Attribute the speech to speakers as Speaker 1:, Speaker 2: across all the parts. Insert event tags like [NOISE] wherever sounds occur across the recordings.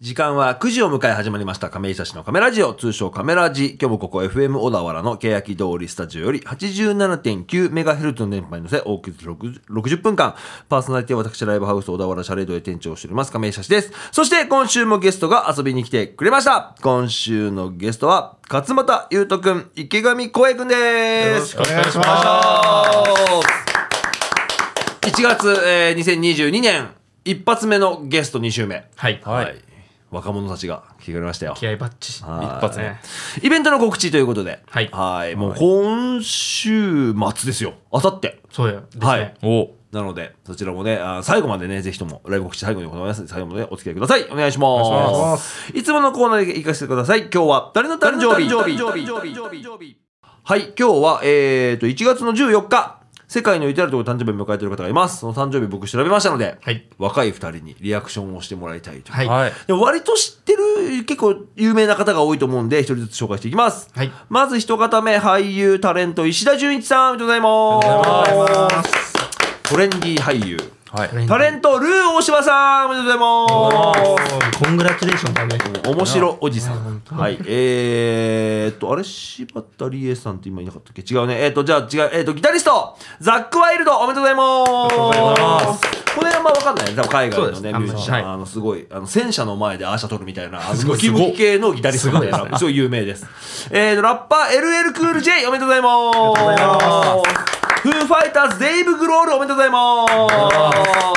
Speaker 1: 時間は9時を迎え始まりました亀井久志のカメラジオ通称カメラジ今日もここ FM 小田原の欅通りスタジオより 87.9MHz の電波に乗せ多くて60分間パーソナリティは私ライブハウス小田原シャレードで店長をしております亀井久志ですそして今週もゲストが遊びに来てくれました今週のゲストは勝俣優斗くん池上光栄くんです
Speaker 2: お願いしま
Speaker 1: 1月、えー、2022年一発目のゲスト2週目
Speaker 3: はい。
Speaker 1: はい若者たちが来てくれましたよ
Speaker 3: 気合バッチ。一
Speaker 1: はい
Speaker 3: 発目。
Speaker 1: イベントの告知ということでは
Speaker 3: はい
Speaker 1: もう今週末ですよあさって
Speaker 3: そうや。ですね
Speaker 1: はい。
Speaker 2: お
Speaker 1: なのでそちらもねあー最後までねぜひともライブ告知最後に行いますので最後までお付き合いくださいお願いします
Speaker 2: お願いしま
Speaker 1: いつものコーナーで行かせてください今日は誰の誕生日はい、今日は、えー、と、1月の14日、世界の至るところで誕生日を迎えている方がいます。その誕生日僕調べましたので、
Speaker 3: はい
Speaker 1: 若い2人にリアクションをしてもらいたいという。
Speaker 3: はい。
Speaker 2: はい。
Speaker 1: でも割と知ってる、結構有名な方が多いと思うんで、一人ずつ紹介していきます。
Speaker 3: はい
Speaker 1: まず一方目、俳優、タレント、石田純一さん、おめでとうございます。
Speaker 2: おめでとうございま
Speaker 1: トレンディ俳優。
Speaker 2: はい。
Speaker 1: タレント、ルー大柴さん、おめでとうございます。
Speaker 3: コングラチュレーションだね。
Speaker 1: 面白おじさん。はい。えー、っと、あれ、柴田理恵さんって今いなかったっけ違うね。えー、っと、じゃあ違う。えー、っと、ギタリスト、ザック・ワイルド、おめでとうございます。これあんまわかんないね。多分海外の
Speaker 3: そう
Speaker 1: ね、
Speaker 3: ですね
Speaker 1: ミュージシャン。
Speaker 3: あんまり
Speaker 1: あの、すごい、あの、戦車の前でアーシャ撮るみたいな、あの
Speaker 2: ご
Speaker 1: ム
Speaker 2: い
Speaker 1: キムキ系のギタリストなんで、すごい有名です。えー、っと、ラッパー、LL クール J、おめでとうございます。フーファイターズ、デイブ・グロール、おめでとうございま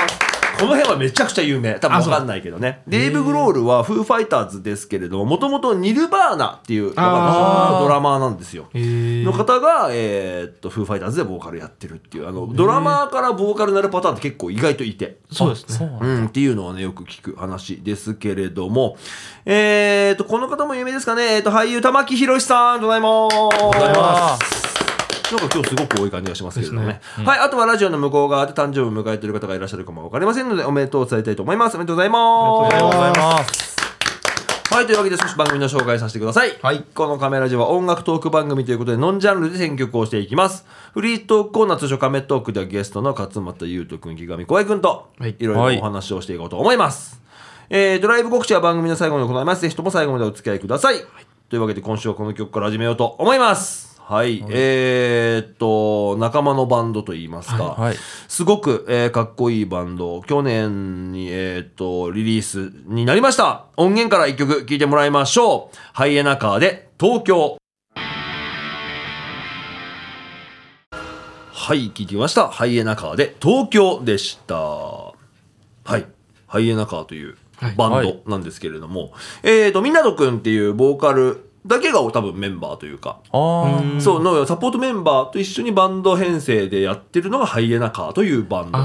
Speaker 1: す。この辺はめちゃくちゃ有名。多分わかんないけどね。デイブ・グロールはフーファイターズですけれども、もともとニルバーナっていうド
Speaker 3: あー
Speaker 1: ラマーなんですよ。
Speaker 3: へえ
Speaker 1: の。方が、えーっと、フーファイターズでボーカルやってるっていう、あの、ドラマーからボーカルになるパターンって結構意外といて。
Speaker 3: そうです
Speaker 2: そう
Speaker 3: ね。
Speaker 2: なん
Speaker 1: う
Speaker 2: だ
Speaker 1: ん、っていうのはね、よく聞く話ですけれども、えーと、この方も有名ですかね、えーと、俳優、玉木宏さん、どうもございます。なんか今日すごく多い感じがしますけれどもね。
Speaker 2: すねうん
Speaker 1: はい、あとはラジオの向こう側で誕生日を迎えている方がいらっしゃるかもわかりませんので、おめでとうを伝えたいと思います。おめでとうございます。
Speaker 2: ありがとうございます。
Speaker 1: はい、というわけで少し番組の紹介させてください。
Speaker 3: はい
Speaker 1: このカメラジオは音楽トーク番組ということで、ノンジャンルで選曲をしていきます。フリートークコーナー通称カメトークではゲストの勝俣優斗くん、木上光栄くんと、
Speaker 3: はい
Speaker 1: いろいろお話をしていこうと思います。えー、ドライブ告知は番組の最後に行います。ぜひとも最後までお付き合いください。というわけで今週はこの曲から始めようと思います。はい、えー、っと、仲間のバンドといいますか、
Speaker 2: はいはい
Speaker 1: すごく、えーかっこいいバンド、去年に、えー、っと、リリースになりました。音源から一曲聴いてもらいましょう。ハイエナカーで東京。はい、聞きました。ハイエナカーで東京でした。はい。ハイエナカーという
Speaker 3: はい
Speaker 1: バンドなんですけれども、えっ、と、みなとくんっていうボーカルだけが多分メンバーというか、
Speaker 2: あ
Speaker 3: うん
Speaker 1: そうのサポートメンバーと一緒にバンド編成でやってるのがハイエナカーというバンド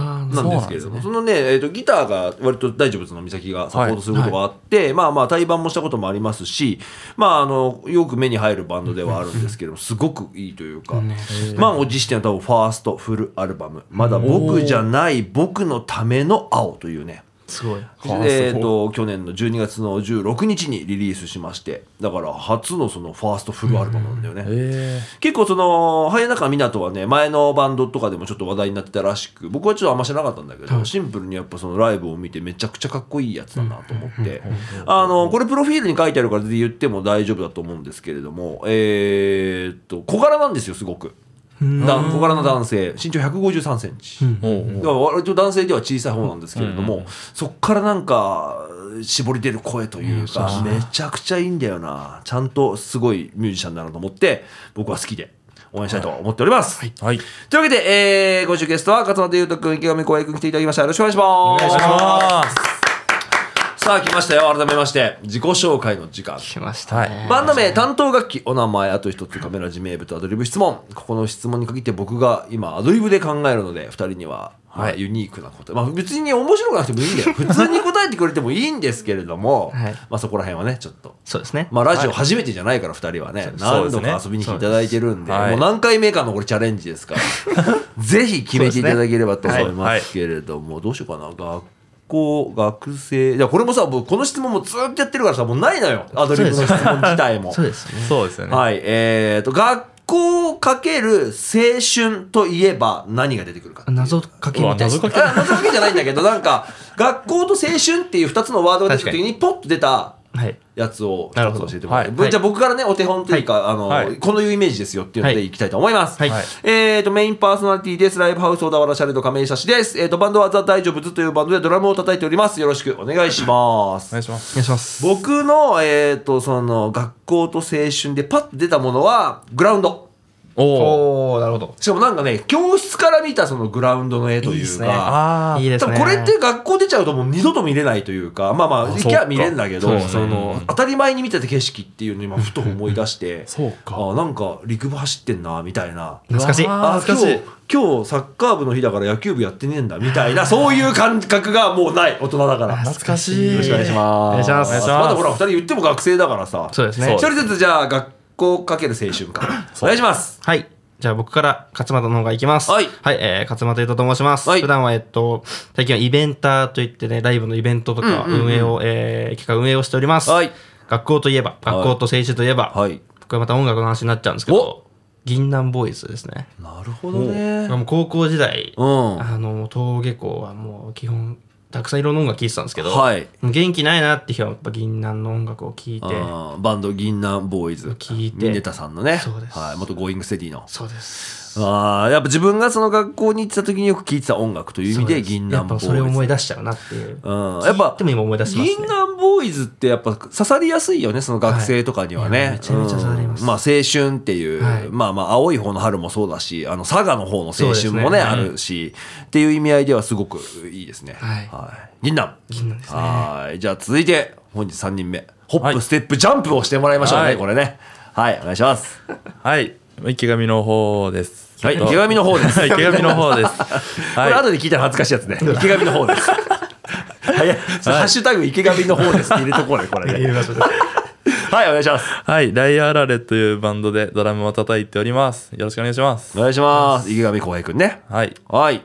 Speaker 1: なんですけれども、そのね、えー、とギターが割と大丈夫の美咲がサポートすることがあって、まあまあ対バンもしたこともありますし、まああの、よく目に入るバンドではあるんですけれども、すごくいいというか、
Speaker 3: ね
Speaker 1: 満を持しての多分ファーストフルアルバム、まだ僕じゃない僕のための青というね、
Speaker 3: すごい。
Speaker 2: はあ
Speaker 1: えー、と去年の12月の16日にリリースしましてだから初のそのファーストフルアルバムなんだよね、
Speaker 2: え
Speaker 1: 結構その「ハイエナカミナト」はね前のバンドとかでもちょっと話題になってたらしく僕はちょっとあんま知らなかったんだけど、シンプルにやっぱそのライブを見てめちゃくちゃかっこいいやつだなと思ってあのこれプロフィールに書いてあるから言っても大丈夫だと思うんですけれどもえー、っと小柄なんですよすごく。だ小柄な男性身長1 5 3センチ、
Speaker 2: ー、も
Speaker 1: だから割と男性では小さい方なんですけれども、そっからなんか絞り出る声というか、めちゃくちゃいいんだよなちゃんとすごいミュージシャンだなと思って僕は好きで応援したいと思っております、
Speaker 2: うはい。
Speaker 1: というわけで、えー、今週ゲストは勝俣優斗君池上光栄君来ていただきましたよろしくお願いします
Speaker 2: お願いします。
Speaker 1: さあ来ましたよ改めまして自己紹介の時間
Speaker 3: 来ましたね。
Speaker 1: バンド名、担当楽器、お名前、あと一つカメラ自名部とアドリブ質問。ここの質問に限って僕が今アドリブで考えるので、二人には、まあユニークなこと。まあ別に面白くなくてもいいんだよ。普通に答えてくれてもいいんですけれども、
Speaker 3: はい
Speaker 1: まあそこら辺はね、ちょっと。
Speaker 3: そうですね。
Speaker 1: まあラジオ初めてじゃないから、二人はね、何度か遊びに来ていただいてるんで、
Speaker 2: そうです
Speaker 1: も
Speaker 2: ね
Speaker 1: う何回目かのこれチャレンジですから、ぜひ決めていただければと思いますけれども、どうしようかな、学校、学生、いや、これもさ、僕この質問もずっとやってるからさ、もうないのよ、アドリブの質問自体も。
Speaker 3: そうですね。
Speaker 2: そうですよね。
Speaker 1: はい、えーと、学行かける青春といえば何が出てくるか。
Speaker 3: 謎かけみたいです
Speaker 2: うわ謎か
Speaker 3: ね
Speaker 2: け
Speaker 1: あ謎かけじゃないんだけど、なんか、学校と青春っていう2つのワードが出た時に、ポッと出た
Speaker 3: はい。
Speaker 1: やつを
Speaker 3: なる
Speaker 1: 一
Speaker 3: ほど
Speaker 1: つ教えてもらって、
Speaker 3: はい
Speaker 1: じゃあ僕からね、お手本というか、あの、
Speaker 2: はい
Speaker 1: このいうイメージですよっていうので
Speaker 3: はい
Speaker 1: いきたいと思います。
Speaker 3: はい
Speaker 1: えーと、メインパーソナリティです。ライブハウス小田原シャレと亀井シャシです。えーと、バンドはザ・大丈夫ズというバンドでドラムを叩いております。よろしくお願いしま
Speaker 2: お
Speaker 1: す
Speaker 2: 願い。します。
Speaker 3: お願いします。
Speaker 1: 僕の、えーと、その、学校と青春でパッと出たものは、グラウンド。
Speaker 2: お
Speaker 3: お
Speaker 2: お。
Speaker 3: おなるほど。
Speaker 1: しかもなんかね、教室から見たそのグラウンドの絵と
Speaker 3: いい
Speaker 1: い
Speaker 3: で
Speaker 1: う
Speaker 3: す
Speaker 1: か、
Speaker 3: ね
Speaker 2: ああ。
Speaker 3: いいです
Speaker 1: 多
Speaker 3: ね。
Speaker 1: 分これって学校出ちゃうともう二度と見れないというかまあまあ
Speaker 2: あ
Speaker 1: 行きゃ
Speaker 2: そっか
Speaker 1: 見れんだけ
Speaker 2: そう
Speaker 1: ど
Speaker 2: で
Speaker 1: そ、
Speaker 2: すね
Speaker 1: の当たり前に見てた景色っていうのを今ふと思い出して
Speaker 2: そうか
Speaker 1: あなんか陸部走ってんなみたいな。
Speaker 3: 懐かしい。
Speaker 2: うわ
Speaker 1: あ
Speaker 2: ー
Speaker 1: 今
Speaker 2: 懐か
Speaker 1: 日
Speaker 2: しい
Speaker 1: 今日サッカー部の日だから野球部やってねえんだみたいなそういう感覚がもうない大人だからよ
Speaker 2: 懐かしい。
Speaker 1: ろしくお願いします
Speaker 3: お願いしますお願いし
Speaker 2: ます
Speaker 1: だほら二人言っても学生だからさ
Speaker 3: そうですね
Speaker 1: 一人ずつじゃあ学校かける青春かお願いします
Speaker 3: はい。じゃあ僕から勝俣の方がいきます。
Speaker 1: はい
Speaker 3: はい、えー、勝俣ゆとと申します。
Speaker 1: はい
Speaker 3: 普段は、えっと、最近はイベンターといってね、ライブのイベントとか
Speaker 1: うんうんうん
Speaker 3: 運営を、えー、企画運営をしております。
Speaker 1: はい。
Speaker 3: 学校といえば、学校と青春といえば、
Speaker 1: はい
Speaker 3: 僕はまた音楽の話になっちゃうんですけ
Speaker 1: お
Speaker 3: ど、銀杏ボーイズですね。
Speaker 1: なるほどね
Speaker 3: もう高校時代、
Speaker 1: うん
Speaker 3: あの、登下校はもう基本、たくさんいろんな音楽聴いてたんですけど、
Speaker 1: はい
Speaker 3: 元気ないなって日は、やっぱ銀杏の音楽を聴いて、
Speaker 1: あーバンド銀杏ボーイズ
Speaker 3: 聞いて
Speaker 1: ミネタさんのね
Speaker 3: そうです
Speaker 1: はい、元ゴーイングセティの
Speaker 3: そうです。
Speaker 1: あーやっぱ自分がその学校に行ってた時によく聴いてた音楽という意味で銀
Speaker 3: や
Speaker 1: 杏ボ
Speaker 3: っ
Speaker 1: ー
Speaker 3: ぱ
Speaker 1: イズ
Speaker 3: それを思い出しちゃうなっていう。
Speaker 1: うん、やっぱ
Speaker 3: 聞いても今思い出しますね
Speaker 1: 銀杏ボーイズってやっぱ刺さりやすいよねその学生とかにはね、
Speaker 3: はいいやめちゃめちゃ刺さります
Speaker 1: うんまあ青春っていう、
Speaker 3: はい
Speaker 1: まあまあ青い方の春もそうだしあの佐賀の方の青春
Speaker 3: そ
Speaker 1: も
Speaker 3: う
Speaker 1: ね
Speaker 3: ですね
Speaker 1: あるしっていう意味合いではすごくいいですね
Speaker 3: はい
Speaker 1: い、銀杏
Speaker 3: 銀杏ですね
Speaker 1: はいじゃあ続いて本日3人目ホップ、
Speaker 2: はい
Speaker 1: ステップジャンプをしてもらいましょうね、
Speaker 2: はい
Speaker 1: これねはいお願いします
Speaker 2: はい。池上の方です。
Speaker 1: はい池上の方です
Speaker 2: はい
Speaker 1: [LAUGHS]
Speaker 2: 池上の方です。
Speaker 1: これ
Speaker 2: は
Speaker 1: 後で聞いたら恥ずかしいやつね。池上の方
Speaker 3: [LAUGHS]
Speaker 1: です。はいや、それハッシュタグ池上の方ですって入れとこうね、これね。はい、お願いします。
Speaker 2: い。はい。ライアーラレというバンドでドラムを叩いております。よろしくお願いします。
Speaker 1: お願いします。池上浩平くんね。
Speaker 2: はい。
Speaker 1: はい。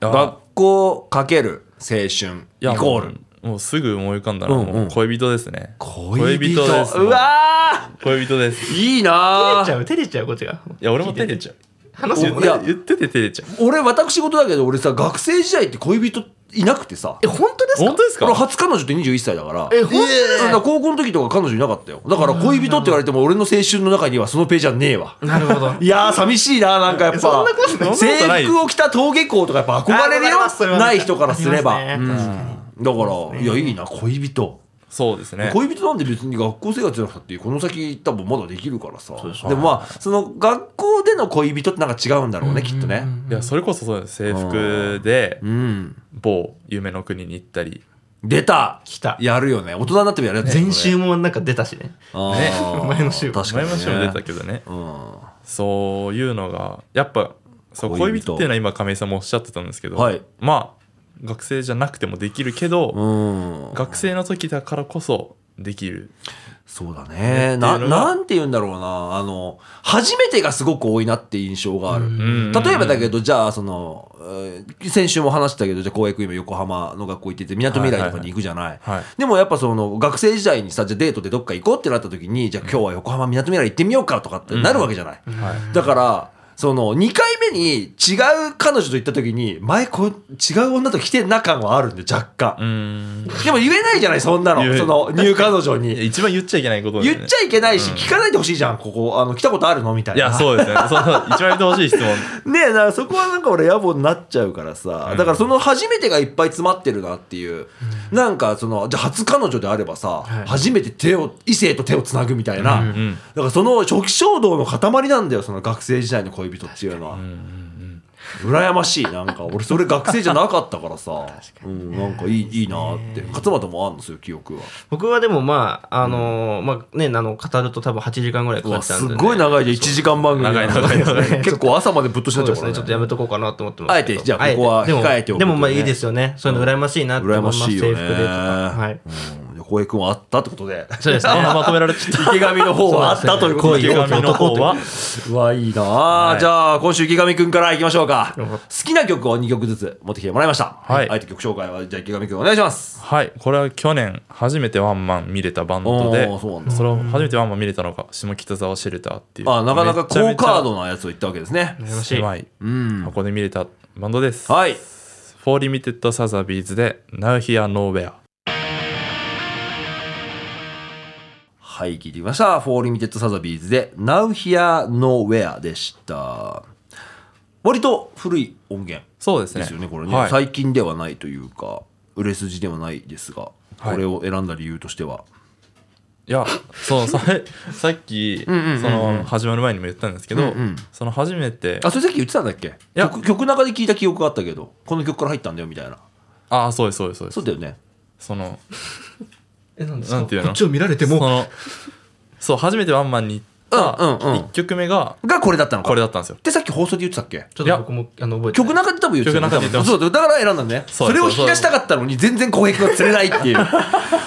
Speaker 2: あー
Speaker 1: 学校かける青春
Speaker 2: いや
Speaker 1: イコー
Speaker 2: も
Speaker 1: ル。
Speaker 2: うもうすぐ思い浮かんだな、
Speaker 1: うんうん
Speaker 2: もう恋人ですね
Speaker 1: 恋人。
Speaker 2: です
Speaker 1: うわ
Speaker 2: 恋人です
Speaker 1: ーいいなー
Speaker 3: 照れちゃう、照れちゃう、こっちが。
Speaker 2: いや俺も照れちゃう
Speaker 3: 話すよ
Speaker 1: おいや
Speaker 2: 俺言ってて照れちゃう
Speaker 1: 俺、私事だけど、俺さ、学生時代って恋人いなくてさ
Speaker 3: え、。本当ですか
Speaker 2: 本当ですか
Speaker 1: 俺、初彼女って21歳だから。
Speaker 3: え、本
Speaker 1: だから高校の時とか彼女いなかったよ。だから恋人って言われても、俺の青春の中にはそのページはねえわ。
Speaker 3: 当なるほど。
Speaker 1: いやー寂しいななんかやっぱ
Speaker 3: そんなこと
Speaker 2: ない
Speaker 1: 制服を着た登下校とかやっぱ憧れる
Speaker 3: あーわかり
Speaker 1: よ
Speaker 3: ますそれはね
Speaker 1: ない人からすれば
Speaker 3: あり
Speaker 1: うん
Speaker 3: ま
Speaker 1: だ
Speaker 3: す
Speaker 1: からいやいいな恋人
Speaker 2: そうですね
Speaker 1: 恋人なんで別に学校生活じゃなくたってこの先多分まだできるからさでもまあその学校での恋人ってなんか違うんだろうねきっとね
Speaker 2: いやそれこそそうです制服で
Speaker 1: うん
Speaker 2: 某夢の国に行ったり
Speaker 1: 出た
Speaker 3: 来た。
Speaker 1: やるよね大人になってもやるやつ
Speaker 3: 前週もなんか出たしね。
Speaker 1: も
Speaker 2: ね
Speaker 3: 前の週
Speaker 1: 確か
Speaker 2: 前
Speaker 1: にね
Speaker 2: の週も出たけどね
Speaker 1: うん
Speaker 2: そういうのがやっぱそう
Speaker 1: 恋人
Speaker 2: 恋人っていうのは今亀井さんもおっしゃってたんですけど、
Speaker 1: はい
Speaker 2: まあ学生じゃなくてもできるけど、
Speaker 1: うん
Speaker 2: 学生の時だからこそできる
Speaker 1: そうだね。
Speaker 2: ねってい
Speaker 1: な、
Speaker 2: うのが
Speaker 1: なんて言うんだろうな。あの、初めてがすごく多いなって印象がある。
Speaker 2: ん
Speaker 1: 例えばだけど、じゃあ、その、えー先週も話したけど、じゃあ、公約今横浜の学校行ってて、みなとみらいとかに行くじゃない。
Speaker 2: はい
Speaker 1: でもやっぱその、学生時代にさ、じゃあデートでどっか行こうってなった時に、じゃあ今日は横浜みなとみらい行ってみようかとかってなるわけじゃない。
Speaker 2: はい
Speaker 1: だから、その、2回目に違う彼女と行った時に、前こう、違う女と来てんな感はあるんで、若干。
Speaker 2: うん
Speaker 1: でも言えないじゃない、そんな
Speaker 2: 言
Speaker 1: の。
Speaker 2: え
Speaker 1: その、ニュー彼女に
Speaker 2: いや。一番言っちゃいけないことだよ
Speaker 1: 言っちゃいけないし、聞かないでほしいじゃん、ここ、あの、来たことあるのみたい
Speaker 2: い
Speaker 1: な。
Speaker 2: や、そうですね。その一番やってほしい質問。
Speaker 1: [LAUGHS] ねえ、だからそこはなんか俺野暮になっちゃうからさ、だからその初めてがいっぱい詰まってるなっていう。なんかその、じゃあ初彼女であればさ、
Speaker 3: はい
Speaker 1: 初めて手を、異性と手をつなぐみたいな。
Speaker 3: うん
Speaker 2: うん。
Speaker 1: だからその初期衝動の塊なんだよ、その学生時代の恋人っていうのは。羨ましい、なんか俺それ学生じゃなかったからさ、うん、なんかいいいいなって。勝俣もあんのそういう記憶は。
Speaker 3: 僕はでもまあ、あのー、まあね、あの、語ると多分8時間ぐらいうかか
Speaker 1: わ
Speaker 3: っちゃ
Speaker 1: す
Speaker 3: うんでね。
Speaker 1: ごい長いじゃん、1時間番組
Speaker 2: 長い長い長い
Speaker 1: [LAUGHS] 結構朝までぶっとし
Speaker 3: そ
Speaker 1: な
Speaker 3: う
Speaker 1: っちゃう
Speaker 3: です
Speaker 1: か
Speaker 3: ね。
Speaker 1: ら
Speaker 3: ちょっ
Speaker 1: ね
Speaker 3: と。やめとこうかなと思ってますけ
Speaker 1: あえ
Speaker 3: ど。
Speaker 1: てじゃあここは
Speaker 3: えて
Speaker 1: 控えておく
Speaker 3: でも
Speaker 1: とね
Speaker 3: まあいいですよね。そういうの羨ましいなって思います。
Speaker 1: 羨ましいよね
Speaker 3: 制服でとか。はい。
Speaker 1: うんで浩平君はあったってことで
Speaker 3: そうですね。
Speaker 2: あまとめられちゃった。
Speaker 1: 池上の方はあったということで
Speaker 2: 池上の方は、
Speaker 1: うわいいなあ、
Speaker 2: はい
Speaker 1: じゃあ今週池上くんからいきましょうか
Speaker 3: よか
Speaker 1: 好
Speaker 3: っ
Speaker 1: きな曲を2曲ずつ持ってきてもらいました
Speaker 2: はい
Speaker 1: あえて曲紹介はじゃあ池上くんお願いします
Speaker 2: はい、これは去年初めてワンマン見れたバンドで
Speaker 1: おーそうなんだ
Speaker 2: それを初めてワンマン見れたのが下北沢シェルターっていう
Speaker 1: あなかなか
Speaker 2: めちゃ
Speaker 1: 高
Speaker 2: めちゃ
Speaker 1: カードなやつを言ったわけですね
Speaker 3: 羨ましい。
Speaker 2: 狭い
Speaker 1: うん
Speaker 2: 箱で見れたバンドです、
Speaker 1: はい
Speaker 2: フォーリミテッドサザビーズで Now Here Nowhere
Speaker 1: はい聞いてみました「フォーリミテッドサザビーズで「Now Here Nowhere」でした割と古い音源
Speaker 2: そうですね
Speaker 1: ですよねこれね、
Speaker 2: はい、
Speaker 1: 最近ではないというか売れ筋ではないですが
Speaker 2: はい
Speaker 1: これを選んだ理由としては、
Speaker 2: いやそうさ [LAUGHS] さっきそ
Speaker 1: んうんうんうん
Speaker 2: の始まる前にも言ったんですけど、
Speaker 1: うんうん
Speaker 2: その初めて
Speaker 1: あそれさっき言ってたんだっけ
Speaker 2: や
Speaker 1: 曲曲中で聞いた記憶があったけどこの曲から入ったんだよみたいな
Speaker 2: ああそうですそうですそうです
Speaker 1: そうだよね
Speaker 2: その
Speaker 3: え、なんです
Speaker 2: なんていうの
Speaker 3: こっちを見られて
Speaker 2: そ
Speaker 3: も、
Speaker 2: のそう初めてワンマンに行った
Speaker 1: うんうんうん
Speaker 2: 1曲目が
Speaker 1: がこれだったのか
Speaker 2: これだったんですよ
Speaker 1: でさっき放送で言ってたっけ
Speaker 3: ちょっと僕も、あの、覚えて
Speaker 1: 曲
Speaker 3: ない。
Speaker 1: 中で多分言ってたよね
Speaker 2: 曲中で言ってました
Speaker 1: 多分そうだだから選んだんだね
Speaker 2: そう
Speaker 1: それを引き出したかったのに全然浩平君が釣れないって
Speaker 2: [LAUGHS]
Speaker 1: いう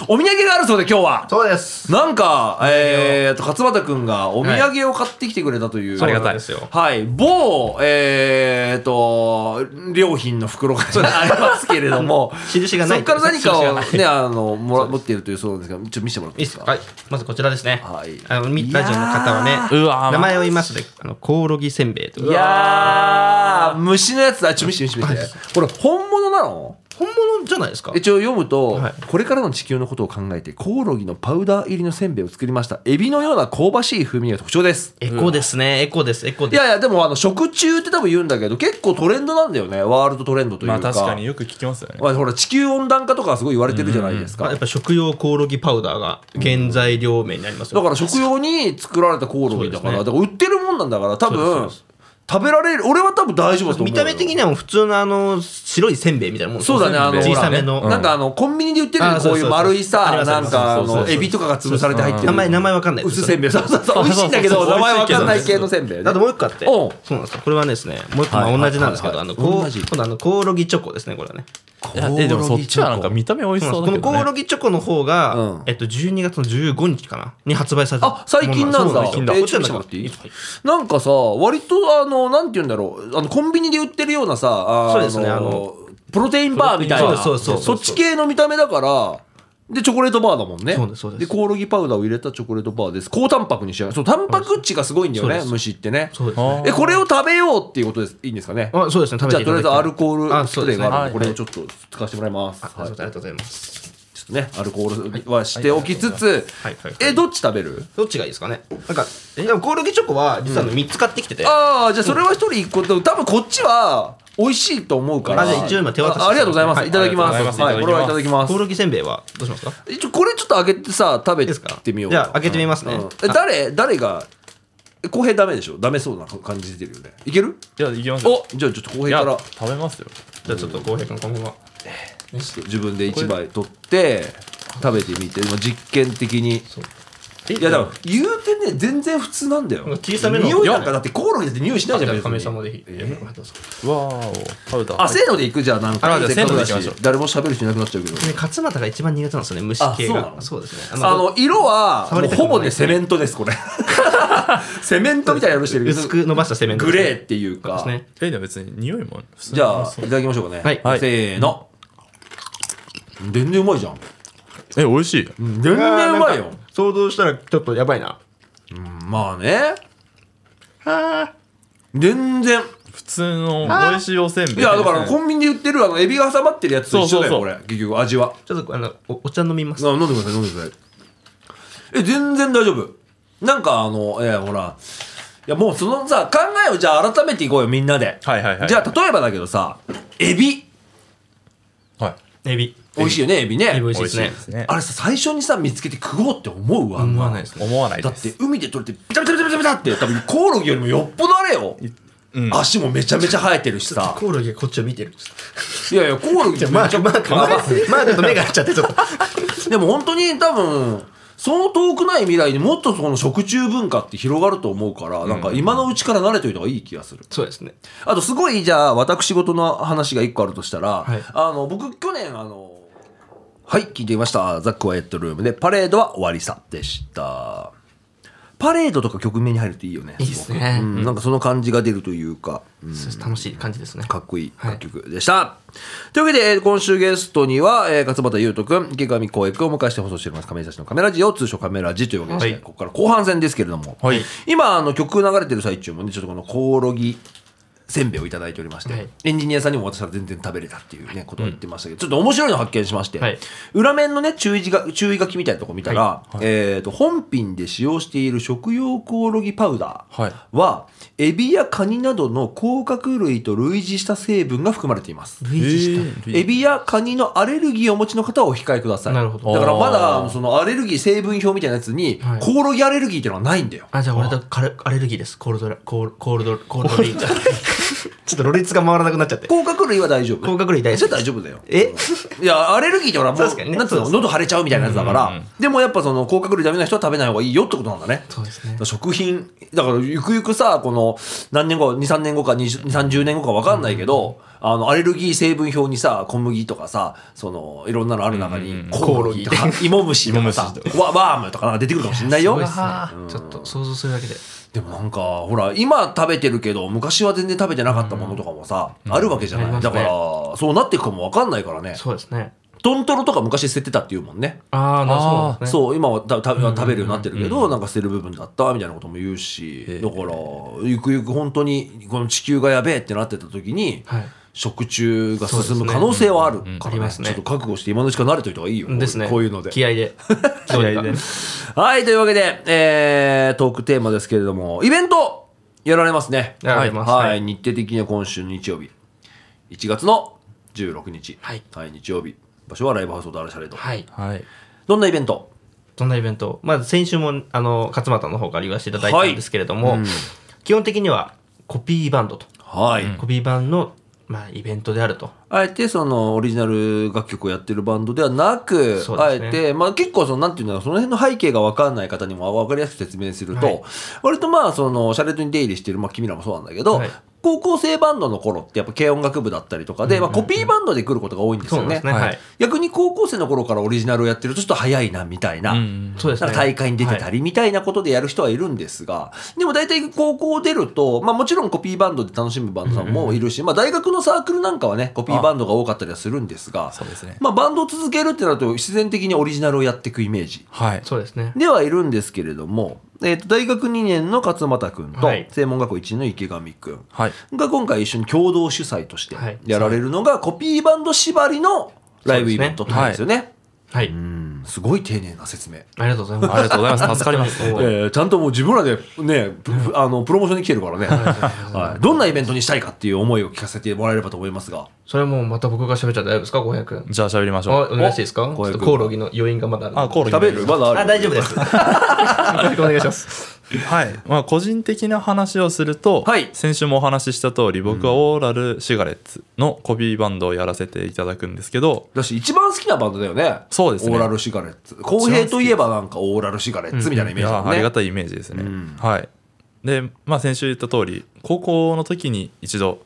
Speaker 1: お土産があるそうで今日は
Speaker 3: そうです。
Speaker 1: なんか、えー、と勝俣君がお土産を買ってきてくれたという、
Speaker 2: あ
Speaker 1: は
Speaker 2: り
Speaker 1: い
Speaker 2: がたい
Speaker 3: ですよ。
Speaker 1: 某、えー、と良品の袋がありますけれども
Speaker 3: 印がない。
Speaker 1: そこから何か
Speaker 3: 印が
Speaker 1: を、
Speaker 3: ない
Speaker 1: ね、あのもら持っているというそうなんですがちょっと見せてもらっ
Speaker 3: い
Speaker 1: て
Speaker 3: い
Speaker 1: いいです
Speaker 3: っ
Speaker 1: す
Speaker 3: か
Speaker 1: か
Speaker 3: はい。まずこちらですね。
Speaker 1: はい
Speaker 3: あの、みラジオの方はいね
Speaker 1: や、
Speaker 2: うわー
Speaker 3: 名前を言いますね。あの、コオロギせんべいと。
Speaker 1: いやー虫のやつあちょっと見せて見せて見せてこれ本物なの
Speaker 3: 本物じゃないですか
Speaker 1: 一応読むと、
Speaker 3: はい
Speaker 1: これからの地球のことを考えてコオロギのパウダー入りのせんべいを作りましたエビのような香ばしい風味が特徴です
Speaker 3: エコですね。エコです。エコ
Speaker 1: い
Speaker 3: です。
Speaker 1: やいやでもあの食中って多分言うんだけど結構トレンドなんだよねワールドトレンドという
Speaker 2: ま
Speaker 1: か,、
Speaker 2: あ確かによく聞きますよね
Speaker 1: まあほら地球温暖化とかはすごい言われてるじゃないですか、
Speaker 3: まあやっぱ食用コオロギパウダーが原材料名になりますよ。
Speaker 1: だから食用に作られたコオロギだから,、
Speaker 3: そう
Speaker 1: だ
Speaker 3: ですね
Speaker 1: から売ってるもんなんだから多
Speaker 3: そう
Speaker 1: 分
Speaker 3: ですそ
Speaker 1: 食べられる俺は多分大丈夫だと思う
Speaker 3: 見た目的にはもう普通のあの白いせんべいみたいなもんです
Speaker 1: そうだねあの
Speaker 3: 小さめの、
Speaker 1: ほらなんかあのコンビニで売ってる
Speaker 3: あ
Speaker 1: こ
Speaker 3: そうう
Speaker 1: い
Speaker 3: そうう
Speaker 1: 丸い
Speaker 3: あり
Speaker 1: さ
Speaker 3: ます
Speaker 1: な
Speaker 3: あ
Speaker 1: ん
Speaker 3: ります
Speaker 1: かあ
Speaker 2: そうそう
Speaker 1: の
Speaker 2: そう
Speaker 1: エビとかが潰されて入ってる
Speaker 3: 名前名前わかんないです
Speaker 1: 薄せんべいそう
Speaker 3: [LAUGHS]
Speaker 1: そうそう美味しいんだけ
Speaker 2: そ
Speaker 1: ど
Speaker 2: うそう
Speaker 1: 名
Speaker 2: そう
Speaker 1: 前わかんない系のせんべいね
Speaker 3: あともう一個あって
Speaker 1: おう
Speaker 3: そうなんですよこれはですねもう一個
Speaker 1: はいはい
Speaker 3: まあ同じなんですけど
Speaker 1: はい
Speaker 3: あ
Speaker 1: は
Speaker 3: の
Speaker 1: い
Speaker 3: こ
Speaker 1: 同
Speaker 3: う
Speaker 1: じ
Speaker 3: 今度あのコオロギチョコですねこれはね
Speaker 2: いやえでもそっちはなん
Speaker 1: コオロ
Speaker 2: か
Speaker 1: ギ
Speaker 2: 見た目美味し
Speaker 3: そうな
Speaker 2: そ
Speaker 3: ん
Speaker 2: う
Speaker 3: です
Speaker 2: だけ
Speaker 3: このコオ
Speaker 2: ど
Speaker 3: ロ
Speaker 2: ね
Speaker 3: ギチョコの方が、
Speaker 1: うん
Speaker 3: えっと、12月の15日かなに発売された
Speaker 1: あ最近なんだ
Speaker 3: ものそう
Speaker 1: えー
Speaker 3: こっちはな
Speaker 1: ちょっと見せてもら
Speaker 3: んか
Speaker 1: っていいなんかさ割とあのなんて言うんだろうあのコンビニで売ってるようなさあ
Speaker 3: そうですねあの
Speaker 1: プロテインバーみたいな
Speaker 3: そうそうそう
Speaker 1: っち系の見た目だからでチョコレートバーだもんね
Speaker 3: そうですそうです
Speaker 1: コオロギパウダーを入れたチョコレートバーです高タンパクにしようそうタンパク値がすごいんだよ
Speaker 3: そう
Speaker 1: ね
Speaker 3: です
Speaker 1: 虫ってね
Speaker 3: そうですね
Speaker 1: えこれを食べようっていうことですいいんですかね
Speaker 3: あそうですね食
Speaker 1: じゃあ
Speaker 3: べてい
Speaker 1: とり
Speaker 3: た
Speaker 1: あえ
Speaker 3: だきた
Speaker 1: ずアルコール
Speaker 3: あ
Speaker 1: ス
Speaker 3: そう
Speaker 1: プレ
Speaker 3: で
Speaker 1: ーが
Speaker 3: すね
Speaker 1: あるのでこ
Speaker 2: はい
Speaker 1: れをちょっと使わせてもらいます、
Speaker 3: あ
Speaker 1: はい、
Speaker 3: す
Speaker 1: ち
Speaker 3: いませ
Speaker 1: ょ
Speaker 3: んありがとうございます
Speaker 1: っとねアルコールはしておきつつ、
Speaker 3: はいはい
Speaker 1: えどっち食べる
Speaker 3: どっちがいいですかねなんかでもコオロギチョコは実はあの3つ買ってきてて、
Speaker 1: ああじゃあそれは一人一個と多分こっちは美味しいと思うから
Speaker 3: あじゃあ一応今手渡し
Speaker 1: あありがとうございます、
Speaker 3: はい
Speaker 1: い、ただきます
Speaker 2: ありがとうござ
Speaker 1: はい
Speaker 2: います
Speaker 1: これはいただきま
Speaker 3: コ
Speaker 1: す
Speaker 3: オロギせんべいはどうしますかい
Speaker 1: 一応これちょっと開けてさ食べ
Speaker 3: いですか
Speaker 1: てみよう
Speaker 3: じゃあ開けてみますね、
Speaker 1: うんえ誰誰がえ浩平ダメでしょダメそうな感じ出てるよねいける
Speaker 2: いやいきますよ
Speaker 1: おじゃあちょっと浩
Speaker 2: い
Speaker 1: 平
Speaker 2: や
Speaker 1: から
Speaker 2: 食べますよ
Speaker 3: じゃあちょっと浩平君このまま
Speaker 1: 自分で1枚取って食べてみてまあ実験的に
Speaker 3: え
Speaker 1: いやでも言うてね全然普通なんだよ
Speaker 3: なんか小さめの
Speaker 1: 匂いなんかだってコオロギだって匂いしないじゃん
Speaker 3: じゃあ
Speaker 1: 別に
Speaker 3: 亀井さんもぜひ、えーどうぞ
Speaker 2: わーおパウダー
Speaker 1: あせーので行くじゃあなんか
Speaker 2: あじゃあ
Speaker 1: せーので
Speaker 2: せーので行きましょう
Speaker 1: 誰も喋る人いなくなっちゃうけど
Speaker 3: ね、勝俣が一番苦手なんですよね、虫系
Speaker 1: あそうなの
Speaker 3: が。そうですね。あ
Speaker 1: あの色は
Speaker 3: 触
Speaker 1: もう
Speaker 3: りたくな
Speaker 1: ほ
Speaker 3: い
Speaker 1: ぼねセメントですこ
Speaker 2: [LAUGHS]
Speaker 1: れセメントみたいな色してるけど
Speaker 3: 薄く伸ばしたセメント。
Speaker 1: グレーっていう
Speaker 3: で
Speaker 1: か
Speaker 3: すね。
Speaker 2: えでも別に匂いも普通
Speaker 1: じゃあい
Speaker 2: そう
Speaker 1: ただきましょうかね
Speaker 3: はい
Speaker 2: はい
Speaker 1: せーの全然うまいじゃん
Speaker 2: え美味しい
Speaker 1: 全然うまいよ。
Speaker 3: 想像したらちょっとやばいな。
Speaker 1: まあね全然
Speaker 2: 普通の美味しいおせんべい
Speaker 1: いやだから
Speaker 2: ですね
Speaker 1: コンビニで売ってるあのエビが挟まってるやつと一緒だよ
Speaker 2: そう
Speaker 1: こ
Speaker 2: そ
Speaker 1: れ
Speaker 2: う
Speaker 1: 結局味は
Speaker 3: ちょっとあのおお茶飲みます。
Speaker 1: あ飲んでください飲んでくださいえ全然大丈夫なんかあのえーほらいやもうそのさ考えをじゃあ改めていこうよみんなで、
Speaker 2: はいはいはい
Speaker 1: じゃあ例えばだけどさエビ
Speaker 2: はい
Speaker 3: エビ。
Speaker 1: 美味しいよねエビね
Speaker 3: エビ美味しいで
Speaker 2: 美味
Speaker 3: す
Speaker 2: しい
Speaker 3: ね
Speaker 2: で。すね
Speaker 1: あれさ最初にさ見つけて食おうって思うわ、
Speaker 3: 思わないですね。
Speaker 2: 思わない
Speaker 1: だ
Speaker 2: で
Speaker 1: っ
Speaker 2: す
Speaker 1: て海で取れてビタビタビタビタビタって多分コオロギよりもよっぽどあれよ、
Speaker 2: うん
Speaker 1: 足もめちゃめちゃ生えてるし
Speaker 2: [LAUGHS]
Speaker 1: さ
Speaker 3: コオロギがこっちを見てる。
Speaker 1: いやいやコオロギってめっちゃ
Speaker 3: まあ、まあ、まあ、ちょっと目が合っちゃって、ちょっと。
Speaker 1: でも本当に多分そう遠くない未来にもっとその食中文化って広がると思うから、なんか今のうちから慣れといた方がいい気がする。
Speaker 3: そうですね。
Speaker 1: あとすごいじゃあ私事の話が一個あるとしたら、
Speaker 3: はい
Speaker 1: あの僕去年あのはい、聞いてみました。ザ・クワイエットルームで、パレードは終わりさでした。パレードとか曲名に入るといいよね。
Speaker 3: いいっすね
Speaker 1: ごくうん、なんかその感じが出るというか、うん
Speaker 3: そうです楽しい感じですね
Speaker 1: かっこいい楽曲でした。というわけで、えー今週ゲストには、えー勝俣優斗くん、池上光栄くんをお迎えして放送しております、亀井たちのカメラジオ、通称カメラジというわけでして、
Speaker 3: はい
Speaker 1: ここから後半戦ですけれども、
Speaker 2: はい
Speaker 1: 今、あの曲流れてる最中もね、ちょっとこのコオロギ、せんべいをいただいておりまして、
Speaker 3: はい
Speaker 1: エンジニアさんにも私は全然食べれたっていうね、ことを言ってましたけど、ちょっと面白いのを発見しまして、
Speaker 3: はい
Speaker 1: 裏面のね、注意が注意書きみたいなとこ見たら、えっ、と、本品で使用している食用コオロギパウダー、
Speaker 2: はい
Speaker 1: はエビやカニなどの甲殻類と類似した成分が含まれています
Speaker 3: 類似した、
Speaker 1: エビやカニのアレルギーをお持ちの方はお控えください
Speaker 3: なるほど
Speaker 1: だからま
Speaker 2: あ
Speaker 1: だ
Speaker 2: ー
Speaker 1: そのアレルギー成分表みたいなやつに、
Speaker 3: はい
Speaker 1: コオロギアレルギーっていうのはないんだよ
Speaker 3: あじゃあ俺とカレアレルギーですコールドラコールコールドコールドリーちょっとろれつが回らなくなっちゃって
Speaker 1: 甲殻類は大丈夫
Speaker 3: 甲殻類大
Speaker 1: そ
Speaker 3: 好き
Speaker 1: れ大丈夫だよ
Speaker 3: え
Speaker 1: いやアレルギーってほらも
Speaker 3: 確かに
Speaker 1: う
Speaker 3: ね
Speaker 1: なんつうの
Speaker 3: そうそ
Speaker 1: 喉腫れちゃうみたいなやつだから、
Speaker 2: うんうんうん
Speaker 1: でもやっぱその甲殻類ダメな人は食べない方がいいよってことなんだね
Speaker 3: そうですね
Speaker 1: 食品だからゆくゆくさこの何年後23年後か20 30年後か分かんないけど、あのアレルギー成分表にさ小麦とかさそのいろんなのある中に、コオロギとか芋虫とかさ
Speaker 2: 芋
Speaker 1: ワワームとかなんか出てくるかもしれないよ
Speaker 3: すごいっすねちょっと想像するだけで
Speaker 1: でもなんかほら今食べてるけど昔は全然食べてなかったものとかもさ、あるわけじゃない、
Speaker 3: あります
Speaker 1: だ
Speaker 3: ね
Speaker 1: からそうなっていくかも分かんないからね
Speaker 3: そうですね
Speaker 1: トントロとか昔捨ててたっていうもんね
Speaker 3: ああなそ
Speaker 2: あー
Speaker 3: うですね
Speaker 1: そう今はたた食べるようになってるけど、なんか捨てる部分だったみたいなことも言うし、だからゆくゆく本当にこの地球がやべえってなってた時に、
Speaker 3: はい
Speaker 1: 食中が進む可能性はあるか
Speaker 3: あ
Speaker 1: ら
Speaker 3: り
Speaker 1: ね
Speaker 3: ます
Speaker 1: ち
Speaker 3: ね
Speaker 1: ょっと覚悟して今のうちから慣れといた方がいいよ、
Speaker 3: ですね
Speaker 1: こういうので。
Speaker 3: [LAUGHS] 気合で
Speaker 2: 気合で。
Speaker 1: はいというわけで、えートークテーマですけれどもイベントやられますね。
Speaker 3: やられます
Speaker 1: はい
Speaker 3: は
Speaker 1: 日程的には今週の日曜日1月の16日、
Speaker 3: はい
Speaker 1: 日曜日場所はライブハウスオダラシャレード、
Speaker 3: はい
Speaker 2: はい。
Speaker 1: どんなイベント
Speaker 3: どんなイベントまず先週もあの勝俣の方から言わせていただいたんですけれども、基本的にはコピーバンドと、
Speaker 1: はい、
Speaker 3: コピーバンドの、まあ、イベントであると
Speaker 1: あえてそのオリジナル楽曲をやってるバンドではなく、
Speaker 3: そう
Speaker 1: あ
Speaker 3: ですね
Speaker 1: えて、まあ、結構そのなんていうんだろうその辺の背景が分かんない方にも分かりやすく説明すると、
Speaker 3: はい
Speaker 1: 割とまあそのシャレットに出入りしてる、まあ、君らもそうなんだけど、
Speaker 3: はい
Speaker 1: 高校生バンドの頃ってやっぱ軽音楽部だったりとかで、まあ、コピーバンドで来ることが多いんですよ
Speaker 3: そうなん
Speaker 1: ね
Speaker 3: ですねはい
Speaker 1: 逆に高校生の頃からオリジナルをやってるとちょっと早いなみたいな、
Speaker 2: うん
Speaker 3: そうです
Speaker 1: なん
Speaker 3: ね
Speaker 1: か大会に出てた
Speaker 3: はい
Speaker 1: りみたいなことでやる人はいるんですが、でも大体高校を出ると、まあ、もちろんコピーバンドで楽しむバンドさんもいるし、まあ、大学のサークルなんかはねコピーバンドが多かったりはするんですが
Speaker 2: そうですね
Speaker 1: まあ、バンドを続けるってなると必然的にオリジナルをやっていくイメージ
Speaker 2: はい。
Speaker 3: そうですね
Speaker 1: ではいるんですけれども、えー、と大学2年の勝俣君と
Speaker 3: はい
Speaker 1: 専門学校1年の池上君
Speaker 2: はい。
Speaker 1: が今回一緒に共同主催として
Speaker 3: はい
Speaker 1: やられるのがコピーバンド縛りのライブイベントってことですよね。
Speaker 3: はい、
Speaker 1: うんすごい丁寧な説明
Speaker 3: ありがとうございます
Speaker 2: ありがとうございます助かりま
Speaker 3: [LAUGHS]
Speaker 2: す
Speaker 3: 本当に
Speaker 1: えーちゃんともう自分らでね、プあのプロモーションに来てるからね、はい、どんなイベントにしたいかっていう思いを聞かせてもらえればと思いますが、
Speaker 3: それはもうまた僕が喋っちゃって大丈夫ですか小平君
Speaker 2: じゃあ喋りまし
Speaker 3: お
Speaker 2: ょう。
Speaker 3: お願いしていいですかち
Speaker 1: 小
Speaker 3: ょ
Speaker 1: 平
Speaker 3: っ
Speaker 1: 君
Speaker 3: とコオロギの余韻がまだある
Speaker 2: あ、コオロギ。
Speaker 1: 食べるまだある
Speaker 3: あ大丈夫ですお願いします
Speaker 2: はい。まあ、個人的な話をすると、
Speaker 1: はい
Speaker 2: 先週もお話しした通り、僕はオーラルシガレッツのコピーバンドをやらせていただくんですけど、
Speaker 1: だし、一番好きなバンドだよね、
Speaker 2: そうですね
Speaker 1: オーラルシガレッツ、浩平といえばなんかオーラルシガレッツみたいなイ
Speaker 2: い
Speaker 1: メージだ
Speaker 2: や
Speaker 1: もん
Speaker 2: あり
Speaker 1: ね
Speaker 2: が。たいイメージですね、
Speaker 1: うん
Speaker 2: はいでまあ先週言った通り高校の時に一度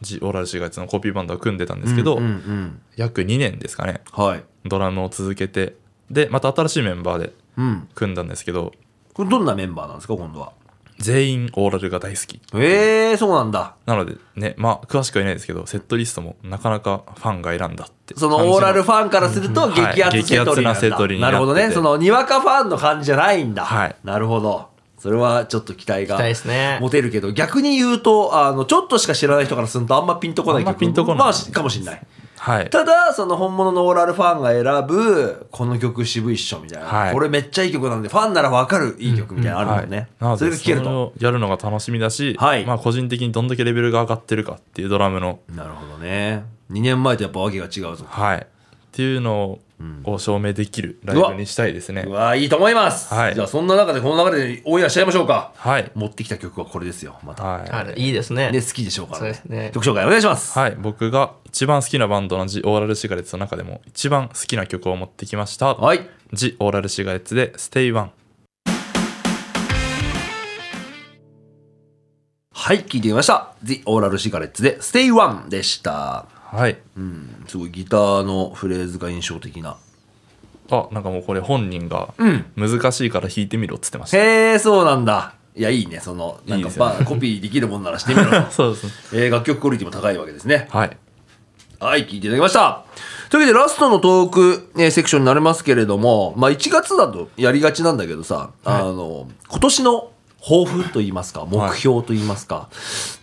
Speaker 2: ジオーラルシガイツのコピーバンドを組んでたんですけど、
Speaker 1: うんうん
Speaker 2: 約2年ですかね
Speaker 1: うんはい
Speaker 2: ドラムを続けてでまた新しいメンバーで
Speaker 1: うん、
Speaker 2: 組んだんですけど
Speaker 1: これ、どんなメンバーなんですか、今度は。
Speaker 2: 全員オーラルが大好き
Speaker 1: えー、そうなんだ、
Speaker 2: なのでねまあ詳しくは言えないですけどセットリストもなかなかファンが選んだって
Speaker 1: そのオーラル
Speaker 2: 感
Speaker 1: ファンからすると、
Speaker 2: うんはい
Speaker 1: 激アツセトリ
Speaker 2: 激アツなセトリ
Speaker 1: に
Speaker 2: に
Speaker 1: な
Speaker 2: な
Speaker 1: る
Speaker 2: ってて
Speaker 1: ほどね、そのにわかファンの感じじゃないんだ、
Speaker 2: はい
Speaker 1: なるほど、それはちょっと期待が。
Speaker 3: 期待ですね
Speaker 1: モテるけど逆に言うとあのちょっとしか知らない人からするとあんまピンとこない曲
Speaker 2: あんまピンとこない
Speaker 1: まあしかもしれない
Speaker 2: じはい
Speaker 1: ただその本物のオーラルファンが選ぶこの曲渋いっしょみたいな、
Speaker 2: はい
Speaker 1: これめっちゃいい曲なんでファンならわかるいい曲みたいなのあるもんね、
Speaker 2: はい、
Speaker 1: それが聞ける
Speaker 2: な
Speaker 1: と
Speaker 2: のでそれをやるのが楽しみだし、
Speaker 1: はい
Speaker 2: まあ個人的にどんだけレベルが上がってるかっていうドラムの
Speaker 1: なるほどね2年前とやっぱわけが違うぞ
Speaker 2: はい。っていうのを証明できるライブにしたいですね
Speaker 1: う。わいいと思います、
Speaker 2: はい
Speaker 1: じゃあそんな中でこの流れでオンエアしちゃいましょうか
Speaker 2: はい。
Speaker 1: 持ってきた曲はこれですよまた、
Speaker 2: は
Speaker 3: あいいですね
Speaker 1: で好きでしょうから、ね
Speaker 3: そうですね
Speaker 1: 曲紹介お願いします
Speaker 2: い。はい。僕が一番好きなバンドのジ・オーラル・シガレッツの中でも一番好きな曲を持ってきました。
Speaker 1: はい
Speaker 2: ジ・オーラル・シガレッツで Stay One。
Speaker 1: はい、聞いてみました。The Oral Cigarettes で Stay One でした。
Speaker 2: はい
Speaker 1: うん、すごいギターのフレーズが印象的な
Speaker 2: あなんかもうこれ本人が
Speaker 1: うん
Speaker 2: 難しいから弾いてみろっつってました、
Speaker 1: へえそうなんだいやいいねそのなん
Speaker 2: いい
Speaker 1: か
Speaker 2: ですよ
Speaker 1: まあコピーできるもんならしてみろと
Speaker 2: そうですね
Speaker 1: えー楽曲クオリティも高いわけですね
Speaker 2: はい
Speaker 1: はい、聞いていただきました。というわけで、ラストのトーク、えーセクションになりますけれども、まあ、1月だとやりがちなんだけどさ、あの、今年の抱負と言いますか、目標と言いますか、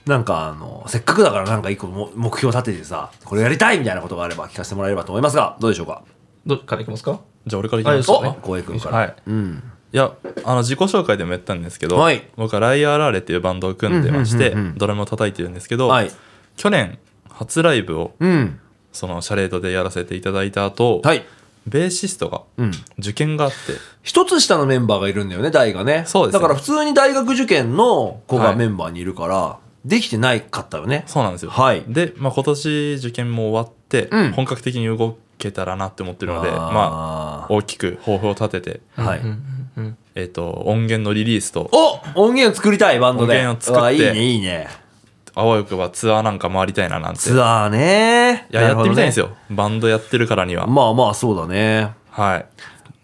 Speaker 1: なんか、あの、せっかくだからなんか一個も目標立ててさ、これやりたいみたいなことがあれば聞かせてもらえればと思いますが、どうでしょうか。
Speaker 3: どっからいきますか
Speaker 2: じゃあ俺からいきます
Speaker 3: そ
Speaker 2: か
Speaker 1: お
Speaker 3: うね
Speaker 1: 光栄君から。
Speaker 2: はい
Speaker 1: うん。
Speaker 2: いやあの自己紹介でもやったんですけど、
Speaker 1: はい
Speaker 2: 僕はライアーラーレっていうバンドを組んでまして、
Speaker 1: うんうんうんうん
Speaker 2: ドラムを叩いてるんですけど、
Speaker 1: はい。
Speaker 2: 去年初ライブを
Speaker 1: うん。
Speaker 2: そのシャレードでやらせていただいた後、
Speaker 1: はい。
Speaker 2: ベーシストが
Speaker 1: うん。
Speaker 2: 受験があって、
Speaker 1: 一つ下のメンバーがいるんだよね、大がね。
Speaker 2: そうです
Speaker 1: だ
Speaker 2: ね
Speaker 1: から普通に大学受験の子
Speaker 2: は
Speaker 1: が
Speaker 2: い
Speaker 1: メンバーにいるから、できてないかったよね。
Speaker 2: そうなんですよ、
Speaker 1: はい
Speaker 2: で、まあ、今年受験も終わって、
Speaker 1: うん
Speaker 2: 本格的に動けたらなって思ってるのでまあ
Speaker 1: あー
Speaker 2: 大きく抱負を立てて、
Speaker 1: はい。
Speaker 3: うんうんうん
Speaker 2: えっと音源のリリースと
Speaker 1: お音源作りたいバンドで。
Speaker 2: 音源を作って
Speaker 1: うわいいね、いいね。
Speaker 2: あわよくばツアーなんか回りたいななんてい
Speaker 1: ツアーね。
Speaker 2: や、
Speaker 1: なる
Speaker 2: やっ
Speaker 1: ほど
Speaker 2: てみ
Speaker 1: ね
Speaker 2: たいんです。よバンドやってるからには、
Speaker 1: まあまあ、そうだね。
Speaker 2: はい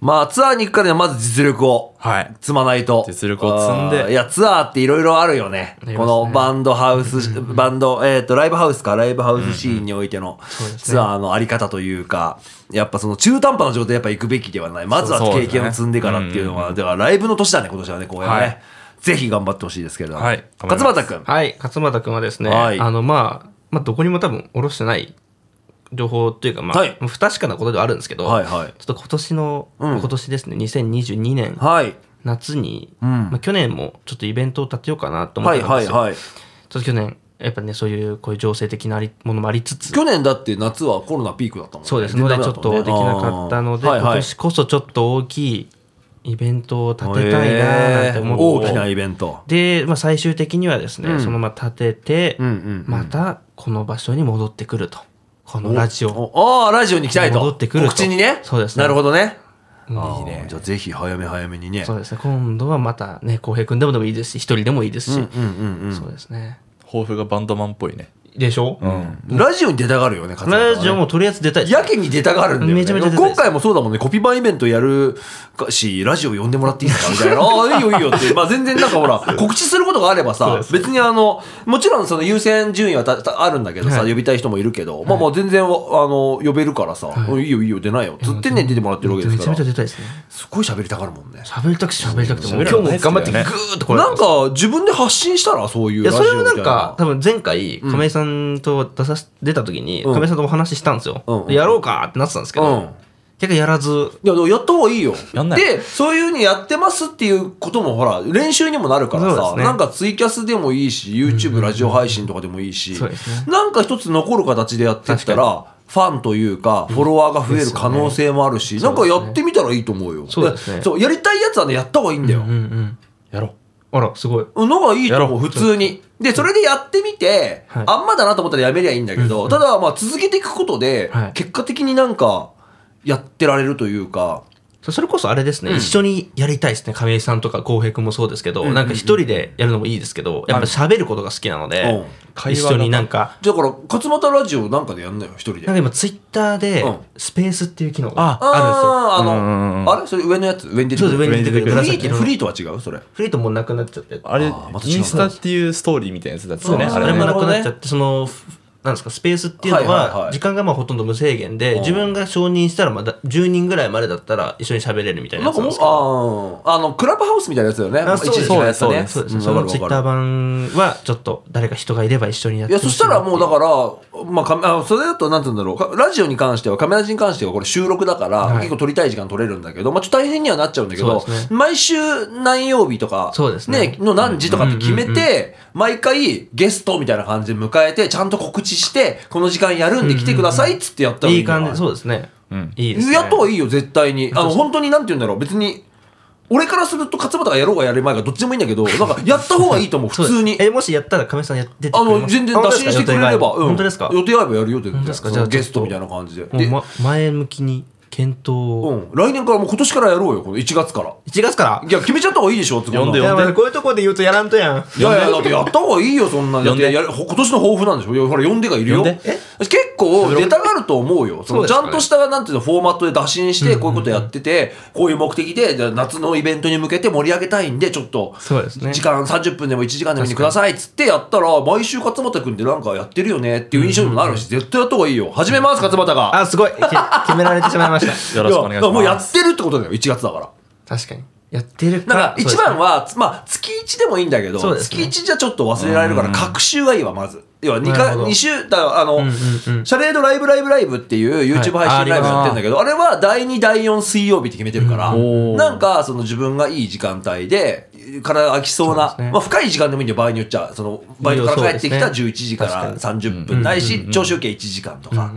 Speaker 1: まあ、ツアーに行くからにはまず実力を
Speaker 2: はい
Speaker 1: 積まないと。
Speaker 2: 実力を積んで
Speaker 1: あーいや、ツアーっていろいろあるよね。
Speaker 3: りますね
Speaker 1: このバンドハウス、バンド、えっ、と、ライブハウスか、ライブハウスシーンにおいての
Speaker 3: そうですね
Speaker 1: ツアーのあり方というか、やっぱその中途半端な状態でやっぱ行くべきではない。まずは
Speaker 2: そうそう
Speaker 1: 経
Speaker 2: ですね
Speaker 1: 験を積んでからっていうのは、だからライブの年だね、今年はね、こうやね。
Speaker 2: はい
Speaker 1: ぜひ頑張ってほしいですけれども。
Speaker 2: はい頑張
Speaker 1: 勝
Speaker 2: ります
Speaker 1: 俣君。
Speaker 3: はい勝俣君はですね、
Speaker 1: はい
Speaker 3: あのまあ、まあどこにも多分下ろしてない情報というかまあ、
Speaker 1: はい
Speaker 3: 不確かなことではあるんですけど、
Speaker 1: はいはい
Speaker 3: ちょっと今年の、
Speaker 1: うん
Speaker 3: 今年ですね2022年
Speaker 1: はい。
Speaker 3: 夏に、
Speaker 1: うん
Speaker 3: まあ、去年もちょっとイベントを立てようかなと思ってたんですよ、
Speaker 1: い。
Speaker 3: ちょっと去年やっぱねそういうこういう情勢的なありものもありつつ
Speaker 1: 去年だって夏はコロナピークだったもんね。
Speaker 3: そうですのでちょっとできなかったので、
Speaker 1: あーはい
Speaker 3: 今
Speaker 1: はい
Speaker 3: 年こそちょっと大きいイベントを立てたいなーなんて思って、
Speaker 1: へー大きなイベント。
Speaker 3: で、まあ、最終的にはですね、
Speaker 1: うん
Speaker 3: そのまま立てて、
Speaker 1: うんうんうん
Speaker 3: またこの場所に戻ってくるとこのラジオ
Speaker 1: おああ、ラジオに来たいと。
Speaker 3: 戻ってくると
Speaker 1: 告知にね。
Speaker 3: そうですね
Speaker 1: なるほどね。
Speaker 3: うん
Speaker 1: いいね。じゃあぜひ早め早めにね。
Speaker 3: そうですね今度はまたね浩平君でもでもいいですし一人でもいいですし、
Speaker 1: うんうんうん
Speaker 3: そうですね
Speaker 2: 抱負がバンドマンっぽいね
Speaker 3: でしょ、
Speaker 1: うん。ラジオに出たがるよね、勝俣はね
Speaker 3: ラジオもとりあえず出たいで
Speaker 1: [LAUGHS]
Speaker 3: す
Speaker 1: やけに出たがるんだよね。
Speaker 3: めちゃめちゃ出たいです
Speaker 1: 今回もそうだもんね、コピー版イベントやるかし、ラジオ呼んでもらっていいですかみ
Speaker 3: [LAUGHS]
Speaker 1: たいな。ああ、いいよいいよって。まあ全然なんかほら、告知することがあればさ、別にあの、もちろんその優先順位はたたあるんだけどさ、
Speaker 3: はい
Speaker 1: 呼びたい人もいるけど、まあまあ全然、あの、呼べるからさ、
Speaker 3: はい
Speaker 1: い、いよいいよ出ないよ。つってね、出てもらってるわけで
Speaker 3: め
Speaker 1: す
Speaker 3: ちゃ
Speaker 1: か
Speaker 3: めちゃ
Speaker 1: ら。
Speaker 3: 出たいですね
Speaker 1: すごい喋りたがるもんね。
Speaker 3: 喋りたくて喋りたくてもう
Speaker 2: 喋
Speaker 3: 今
Speaker 2: る
Speaker 3: 日
Speaker 2: の
Speaker 3: も
Speaker 2: 大好きだよね
Speaker 3: 頑張ってグーッとこれ
Speaker 1: なんか自分で発信したら、そういう
Speaker 3: い
Speaker 1: ラ
Speaker 3: や
Speaker 1: ジオ
Speaker 3: そ
Speaker 1: み
Speaker 3: れ
Speaker 1: たいな。
Speaker 3: はなんか多分前回亀井さんと出さし出た時に
Speaker 1: うん
Speaker 3: 亀井さんとお話ししたんですよ、
Speaker 1: うんうん
Speaker 3: でやろうかってなってたんですけど、
Speaker 1: うん
Speaker 3: 結構やらず
Speaker 1: いや、でもやった方がいいよ。
Speaker 2: やんない
Speaker 1: で、そういうふうにやってますっていうことも、ほら、練習にもなるから
Speaker 3: そうで
Speaker 1: さ、
Speaker 3: すね
Speaker 1: なんかツイキャスでもいいし、YouTube、ラジオ配信とかでもいいし
Speaker 3: そうです、
Speaker 1: なんか一つ残る形でやってったら、ファンというか、フォロワーが増える可能性もあるし、なんかやってみたらいいと思うよ。
Speaker 3: そうですね
Speaker 1: そう、やりたいやつはね、やった方がいいんだよ
Speaker 3: うん。うん
Speaker 2: やろ
Speaker 3: あらすごい
Speaker 1: のがいいと
Speaker 2: や
Speaker 1: 思
Speaker 2: ろ
Speaker 1: う、普通に。で、それでやってみて、
Speaker 3: はい
Speaker 1: あんまだなと思ったらやめりゃいいんだけど、ただ、まあ、続けていくことで
Speaker 3: はい、
Speaker 1: 結果的になんか、やってられるというか、
Speaker 3: そそれこそあれですね、一緒にやりたいですね亀井さんとか浩平君もそうですけど、
Speaker 1: んうん
Speaker 3: なんか一人でやるのもいいですけどやっぱ喋ることが好きなの
Speaker 1: うん
Speaker 3: で、
Speaker 2: 会
Speaker 3: 一
Speaker 2: 話が
Speaker 3: 緒になんか
Speaker 1: だから勝俣ラジオなんかでやんなよ一人で
Speaker 3: なんか今ツイッターで
Speaker 1: うん
Speaker 3: スペースっていう機能が
Speaker 1: あ
Speaker 3: あるんですよ
Speaker 1: あ
Speaker 2: うんうん
Speaker 1: の
Speaker 2: うん
Speaker 1: あれそれ上のやつ上に出て
Speaker 3: そ
Speaker 1: く
Speaker 3: う
Speaker 1: る
Speaker 3: です上に出てくる
Speaker 1: フリ
Speaker 3: 紫
Speaker 1: ー
Speaker 3: の
Speaker 1: フリーとは違うそれ
Speaker 3: フリートもうなくなっちゃって
Speaker 2: うあれ、
Speaker 1: あーまた違う
Speaker 2: インスタっていうストーリーみたいなやつだったよね
Speaker 1: そう
Speaker 3: あ
Speaker 2: あ
Speaker 3: れ
Speaker 2: れ
Speaker 3: も
Speaker 2: ね
Speaker 3: なくなっちゃってそのふなんですかスペースっていうの
Speaker 1: はいはいは
Speaker 3: はい時間がまあほとんど無制限で、
Speaker 1: うん
Speaker 3: 自分が承認したらまだ10人ぐらいまでだったら一緒に喋れるみたいな
Speaker 1: な
Speaker 3: や
Speaker 1: ん
Speaker 3: つ
Speaker 1: か
Speaker 3: なん
Speaker 1: もう
Speaker 3: ですけど
Speaker 1: あーあのクラブハウスみたいなやつだよね
Speaker 3: あそうです
Speaker 1: 一時のやつね
Speaker 3: そうです
Speaker 1: う
Speaker 3: ね
Speaker 1: ん
Speaker 3: そ
Speaker 1: わか
Speaker 3: の
Speaker 1: る
Speaker 3: ツイッ
Speaker 1: わか
Speaker 3: ター
Speaker 1: る
Speaker 3: 版はちょっと誰か人がいれば一緒にや
Speaker 1: い
Speaker 3: って
Speaker 1: や
Speaker 3: ほ
Speaker 1: そ
Speaker 3: い
Speaker 1: したらもうだから、まあかあ、それだとなんて言うんだろうかラジオに関してはカメラジに関してはこれ収録だから、
Speaker 3: はい
Speaker 1: 結構撮りたい時間取れるんだけど、まあ、ちょっと大変にはなっちゃうんだけど、
Speaker 3: そうです
Speaker 1: 毎週何曜日とか
Speaker 3: そうですね
Speaker 1: の何時とかって決めて、毎回ゲストみたいな感じで迎えてちゃんと告知してこの時間やるんで来てくださいっつってやったらい
Speaker 3: い
Speaker 1: い
Speaker 3: い
Speaker 1: んじゃな
Speaker 3: 感じそうですね、
Speaker 2: ん
Speaker 3: いいですね
Speaker 1: やった方がいいよ絶対にあの本当になんて言うんだろう別に俺からすると勝俣がやろうがやる前がどっちでもいいんだけどなんかやった方がいいと思う
Speaker 3: [LAUGHS] そ
Speaker 1: 普
Speaker 3: うです
Speaker 1: 通に
Speaker 3: えもしやったら亀井さんやってて
Speaker 1: あの、全然打診してくれれば、うん
Speaker 3: 本当ですか
Speaker 1: 予定あればやるよって
Speaker 3: 本当ですかじゃあ
Speaker 1: ゲストみたいな感じで。
Speaker 3: もう
Speaker 1: で、
Speaker 3: ま前向きに検討
Speaker 1: う
Speaker 3: を
Speaker 1: ん。来年からもう今年からやろうよ、この1月から。
Speaker 3: 1月から
Speaker 1: いや、決めちゃった方がいいでしょ、つこ
Speaker 2: 呼んで
Speaker 1: い
Speaker 2: よ
Speaker 1: や
Speaker 2: やまあ
Speaker 3: こういうところで言うとやらんとやん
Speaker 1: いや、だってやった方がいいよ、そんな。だ
Speaker 2: 呼
Speaker 1: っ
Speaker 2: ん
Speaker 1: て
Speaker 2: で
Speaker 1: やる今年の抱負なんでしょいやほら、呼んでがいるよ。
Speaker 2: 呼んで
Speaker 1: え結構出たがると思うよ。そ
Speaker 3: そう
Speaker 1: の
Speaker 3: で
Speaker 1: ち
Speaker 3: す
Speaker 1: ゃ
Speaker 3: かね
Speaker 1: んとした、なんていうの、フォーマットで打診して、こういうことやってて、こういう目的で、じゃあ夏のイベントに向けて盛り上げたいんで、ちょっと、
Speaker 3: そうですね
Speaker 1: 時間30分でも1時間でもいいんでくださいっつってやったら、毎週勝俣君ってなんかやってるよねっていう印象にもなるし、絶対やった方がいいよ。始めます、勝俣が。
Speaker 3: あ、すごいけ決められてしまいました。
Speaker 1: [LAUGHS]
Speaker 2: よろしくお願いします
Speaker 1: やだからもうやってるってことだよ、1月だから。
Speaker 3: 確かに。やってる
Speaker 1: だ
Speaker 3: か
Speaker 1: からら。一番は、まあ、月1でもいいんだけど、
Speaker 3: そうです
Speaker 1: 月
Speaker 3: ね
Speaker 1: 1じゃちょっと忘れられるから、隔週がいいわ、まず。要は2
Speaker 3: なる
Speaker 1: か、
Speaker 3: ほど
Speaker 1: 二週、だあの、
Speaker 3: んうん
Speaker 1: シャレードライブライブライブっていう YouTube
Speaker 3: はい
Speaker 1: 配信ライブやってるんだけど、あれは第2、第4水曜日って決めてるから、
Speaker 2: んおー
Speaker 1: なんか、その自分がいい時間帯で、体が空きそうな、
Speaker 3: そうですね
Speaker 1: まあ、深い時間でもいいんだよ、場合によっちゃ。その、バイトから帰ってきた
Speaker 3: そうですね
Speaker 1: 11時か
Speaker 3: 確からに
Speaker 1: 30分ないし、朝食休憩1時間とか。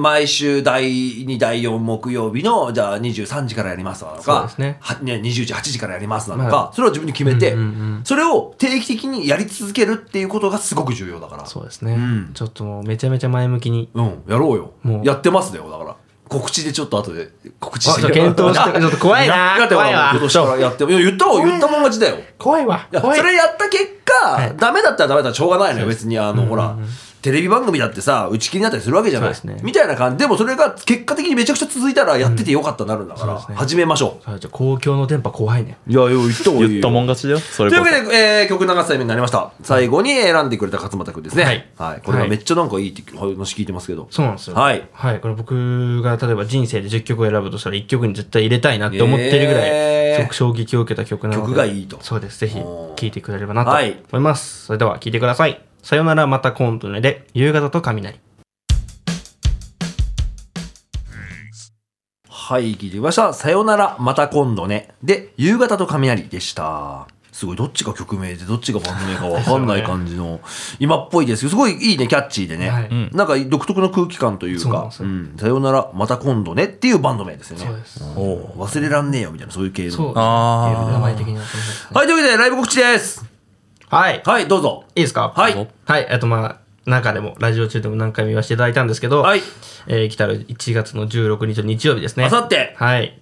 Speaker 1: 毎週第2、第4木曜日の、じゃあ23時からやりますわと
Speaker 3: そうで
Speaker 1: か
Speaker 3: す、ね
Speaker 1: はね、20時、8時からやりますなの
Speaker 3: は
Speaker 1: か、それを自分で決めて、
Speaker 3: うんうん
Speaker 1: それを定期的にやり続けるっていうことがすごく重要だから。
Speaker 3: そうですね
Speaker 1: ん。
Speaker 3: ちょっともうめちゃめちゃ前向きに。
Speaker 1: うん、やろうよ。
Speaker 3: もう
Speaker 1: やってますだよ、だから。告知でちょっと後で告知
Speaker 3: あ
Speaker 1: し
Speaker 3: ちょ
Speaker 1: て
Speaker 3: っと検討して、ちょっと怖
Speaker 1: [LAUGHS]
Speaker 3: いな
Speaker 1: だ。ってほ
Speaker 3: 怖い
Speaker 1: ら、
Speaker 3: わ
Speaker 1: 今。年からやって、いや言ったもん、言ったもん勝ちだよ。
Speaker 3: 怖いわ
Speaker 1: い。やそ
Speaker 3: 怖い。
Speaker 1: れやった結果、
Speaker 3: はい
Speaker 1: ダメだったらダメだったらしょうがないのよ別にあのほら、テレビ番組だってさ打ち切りになったりするわけじゃない
Speaker 3: そうですね
Speaker 1: みたいな感じでもそれが結果的にめちゃくちゃ続いたらやっててよかったなるんだから、
Speaker 3: そうですね
Speaker 1: 始めましょ
Speaker 3: あじゃあ公共の電波怖いね。
Speaker 1: ういやよ言ったも
Speaker 2: 言ったもん勝ちだよそれ
Speaker 1: とい
Speaker 2: こ
Speaker 1: う
Speaker 2: そ
Speaker 1: わけで、えー、曲流すタイミングになりました最後に選んでくれた勝俣君ですね
Speaker 3: はい
Speaker 1: はい、これが
Speaker 3: はい
Speaker 1: めっちゃなんかいいって話聞いてますけど
Speaker 3: そうなんですよ。
Speaker 1: はい。
Speaker 3: はい。これ僕が例えば人生で10曲を選ぶとしたら1曲に絶対入れたいなって思ってるぐらい、
Speaker 1: えー
Speaker 3: すごく衝撃を受けた曲なので。
Speaker 1: 曲がいいと
Speaker 3: そうです。ぜひ
Speaker 1: おー
Speaker 3: 聴いてくれればなと
Speaker 1: はい
Speaker 3: 思います。それでは聴いてください。さよならまた今度ねで、夕方と雷。
Speaker 1: はい聞いてみました「さよならまた今度ね」で「夕方と雷」でしたすごいどっちが曲名でどっちがバンド名か分かんない感じの今っぽいですけどすごいいいねキャッチーでね、
Speaker 3: はい
Speaker 2: ん
Speaker 1: なんか独特の空気感という
Speaker 3: そうなん
Speaker 1: か
Speaker 3: で
Speaker 1: 「
Speaker 3: す
Speaker 1: う
Speaker 3: よ
Speaker 1: んさよならまた今度ね」っていうバンド名ですよね
Speaker 3: そうです
Speaker 1: おう忘れらんねえよみたいなそういう系
Speaker 3: そ
Speaker 1: の
Speaker 3: う
Speaker 2: あー
Speaker 3: 名前的にはこの辺ですね
Speaker 1: はいというわけでライブ告知です
Speaker 3: はい。
Speaker 1: はいどうぞ
Speaker 3: いいですか
Speaker 1: はい
Speaker 3: はい。あとまあ、中でも、ラジオ中でも何回も言わせていただいたんですけど、
Speaker 1: はい。
Speaker 3: えー来たる1月の16日の日曜日ですね。
Speaker 1: あさって
Speaker 3: はい。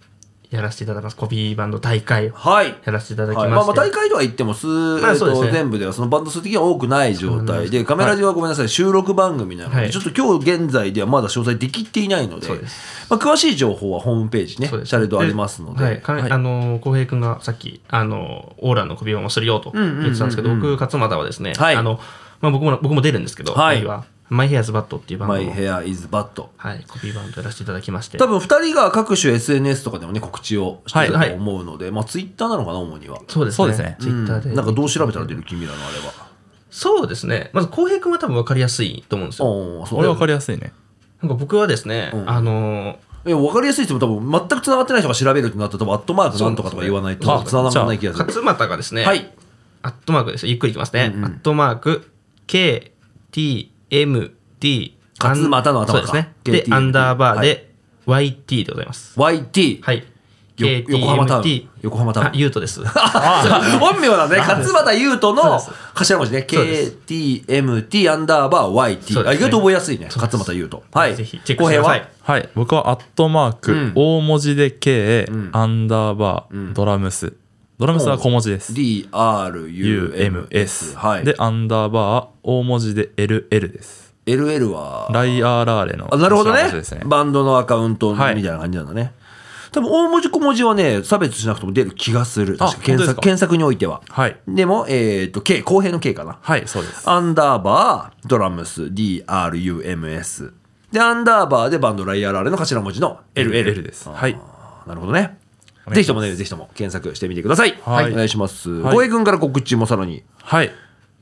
Speaker 3: やらせていただきます。コピーバンド大会を
Speaker 1: はい
Speaker 3: やらせていただきま
Speaker 1: は
Speaker 3: し
Speaker 1: い
Speaker 3: て。
Speaker 1: まあ、まあ大会とは言っても数、
Speaker 3: まあ
Speaker 1: えっと
Speaker 3: そうですね
Speaker 1: 全部ではそのバンド数的には多くない状態でカメラジはごめんなさい、収録番組なので、
Speaker 3: はい
Speaker 1: ちょっと今日現在ではまだ詳細できていないので
Speaker 3: そうです
Speaker 1: まあ、詳しい情報はホームページねシ
Speaker 3: そうです
Speaker 1: ャレードありますので
Speaker 3: はい、かあの浩平君がさっきあのオーラの首輪もするよと
Speaker 1: んうんうんうん
Speaker 3: 言ってたんですけど、僕勝俣はですね、
Speaker 1: はい
Speaker 3: あのまあ僕も僕も出るんですけど、
Speaker 1: はい
Speaker 3: 僕はマイヘアズバットっていうバンド
Speaker 1: マ
Speaker 3: を
Speaker 1: イヘアイズバット
Speaker 3: はいコピーバンドやらせていただきまして、
Speaker 1: 多分2人が各種 SNS とかでもね告知をして
Speaker 3: は
Speaker 1: た
Speaker 3: い
Speaker 1: と
Speaker 3: はい
Speaker 1: 思うので、まあ、ツイッターなのかな主には、
Speaker 3: そうですね。
Speaker 2: そうですね
Speaker 3: ツイッターで、
Speaker 1: うんなんかどう調べたら出る君らのあれは
Speaker 3: そうですね。まず浩平君は多分わかりやすいと思うんですよ。
Speaker 1: ああそう
Speaker 2: 俺分かりやすいね
Speaker 3: なんか僕はですね、
Speaker 1: ん
Speaker 3: あの
Speaker 1: いや分かりやすいって言っても多分全く繋がってない人が調べるってなったら多分アットマークなんとかとか言わないと
Speaker 2: そうです
Speaker 1: 繋
Speaker 2: ね
Speaker 1: がらない気がする
Speaker 3: 勝俣がですね、
Speaker 1: はい
Speaker 3: アットマークですよ。ゆっくりいきますね。
Speaker 1: うんうん
Speaker 3: アットマーク、K、T、M、D、
Speaker 1: 勝俣の頭か
Speaker 3: そうですね。で
Speaker 1: KT、
Speaker 3: アンダーバーで、YT でございます。
Speaker 1: YT
Speaker 3: はい。
Speaker 1: よ
Speaker 3: KT、
Speaker 1: 横浜タウ
Speaker 3: MT
Speaker 1: ン。横浜タウ
Speaker 3: あ、
Speaker 1: ン。
Speaker 3: ゆうとです。
Speaker 1: 本名なんで、勝俣優斗の
Speaker 3: そう
Speaker 1: 頭文字ね。
Speaker 3: そうで
Speaker 1: KTMT アンダーバー
Speaker 3: そう
Speaker 1: YT。
Speaker 3: ですね
Speaker 1: あ意外と覚えやすいね。勝俣優斗。はい。
Speaker 3: ぜひチェックしてください。
Speaker 2: はい僕はアットマーク、
Speaker 1: うん
Speaker 2: 大文字で K、
Speaker 1: ん
Speaker 2: アンダーバー、
Speaker 1: ん
Speaker 2: ドラムスドラムスは小文字です
Speaker 1: 後は DRUMS。
Speaker 2: UMS、
Speaker 1: はい。
Speaker 2: でアンダーバー大文字で LL です
Speaker 1: LL は、
Speaker 2: ライアーラーレの
Speaker 1: あなるほど
Speaker 2: 頭
Speaker 1: ね
Speaker 2: 文字ですね
Speaker 1: バンドのアカウントみ
Speaker 2: は
Speaker 1: た
Speaker 2: い
Speaker 1: いな感じなんだね。多分大文字小文字はね、差別しなくても出る気がする。確か
Speaker 2: あ本当
Speaker 1: 検
Speaker 2: です
Speaker 1: 索
Speaker 2: か
Speaker 1: 検索においては。
Speaker 2: はい
Speaker 1: でも、えっと、K、公平の K かな。
Speaker 2: はいそうです
Speaker 1: アンダーバー、ドラムス、DRUMS。で、アンダーバーでバンドライアーラーレの頭文字の LL
Speaker 2: LL ですはい。
Speaker 1: あーなるほどね。
Speaker 2: お願
Speaker 1: ぜ
Speaker 2: いします
Speaker 1: ひともね、ぜひとも検索してみてください。
Speaker 2: はい
Speaker 1: お願いします。
Speaker 2: はい
Speaker 1: ごえくんから告知もさらに。
Speaker 2: はい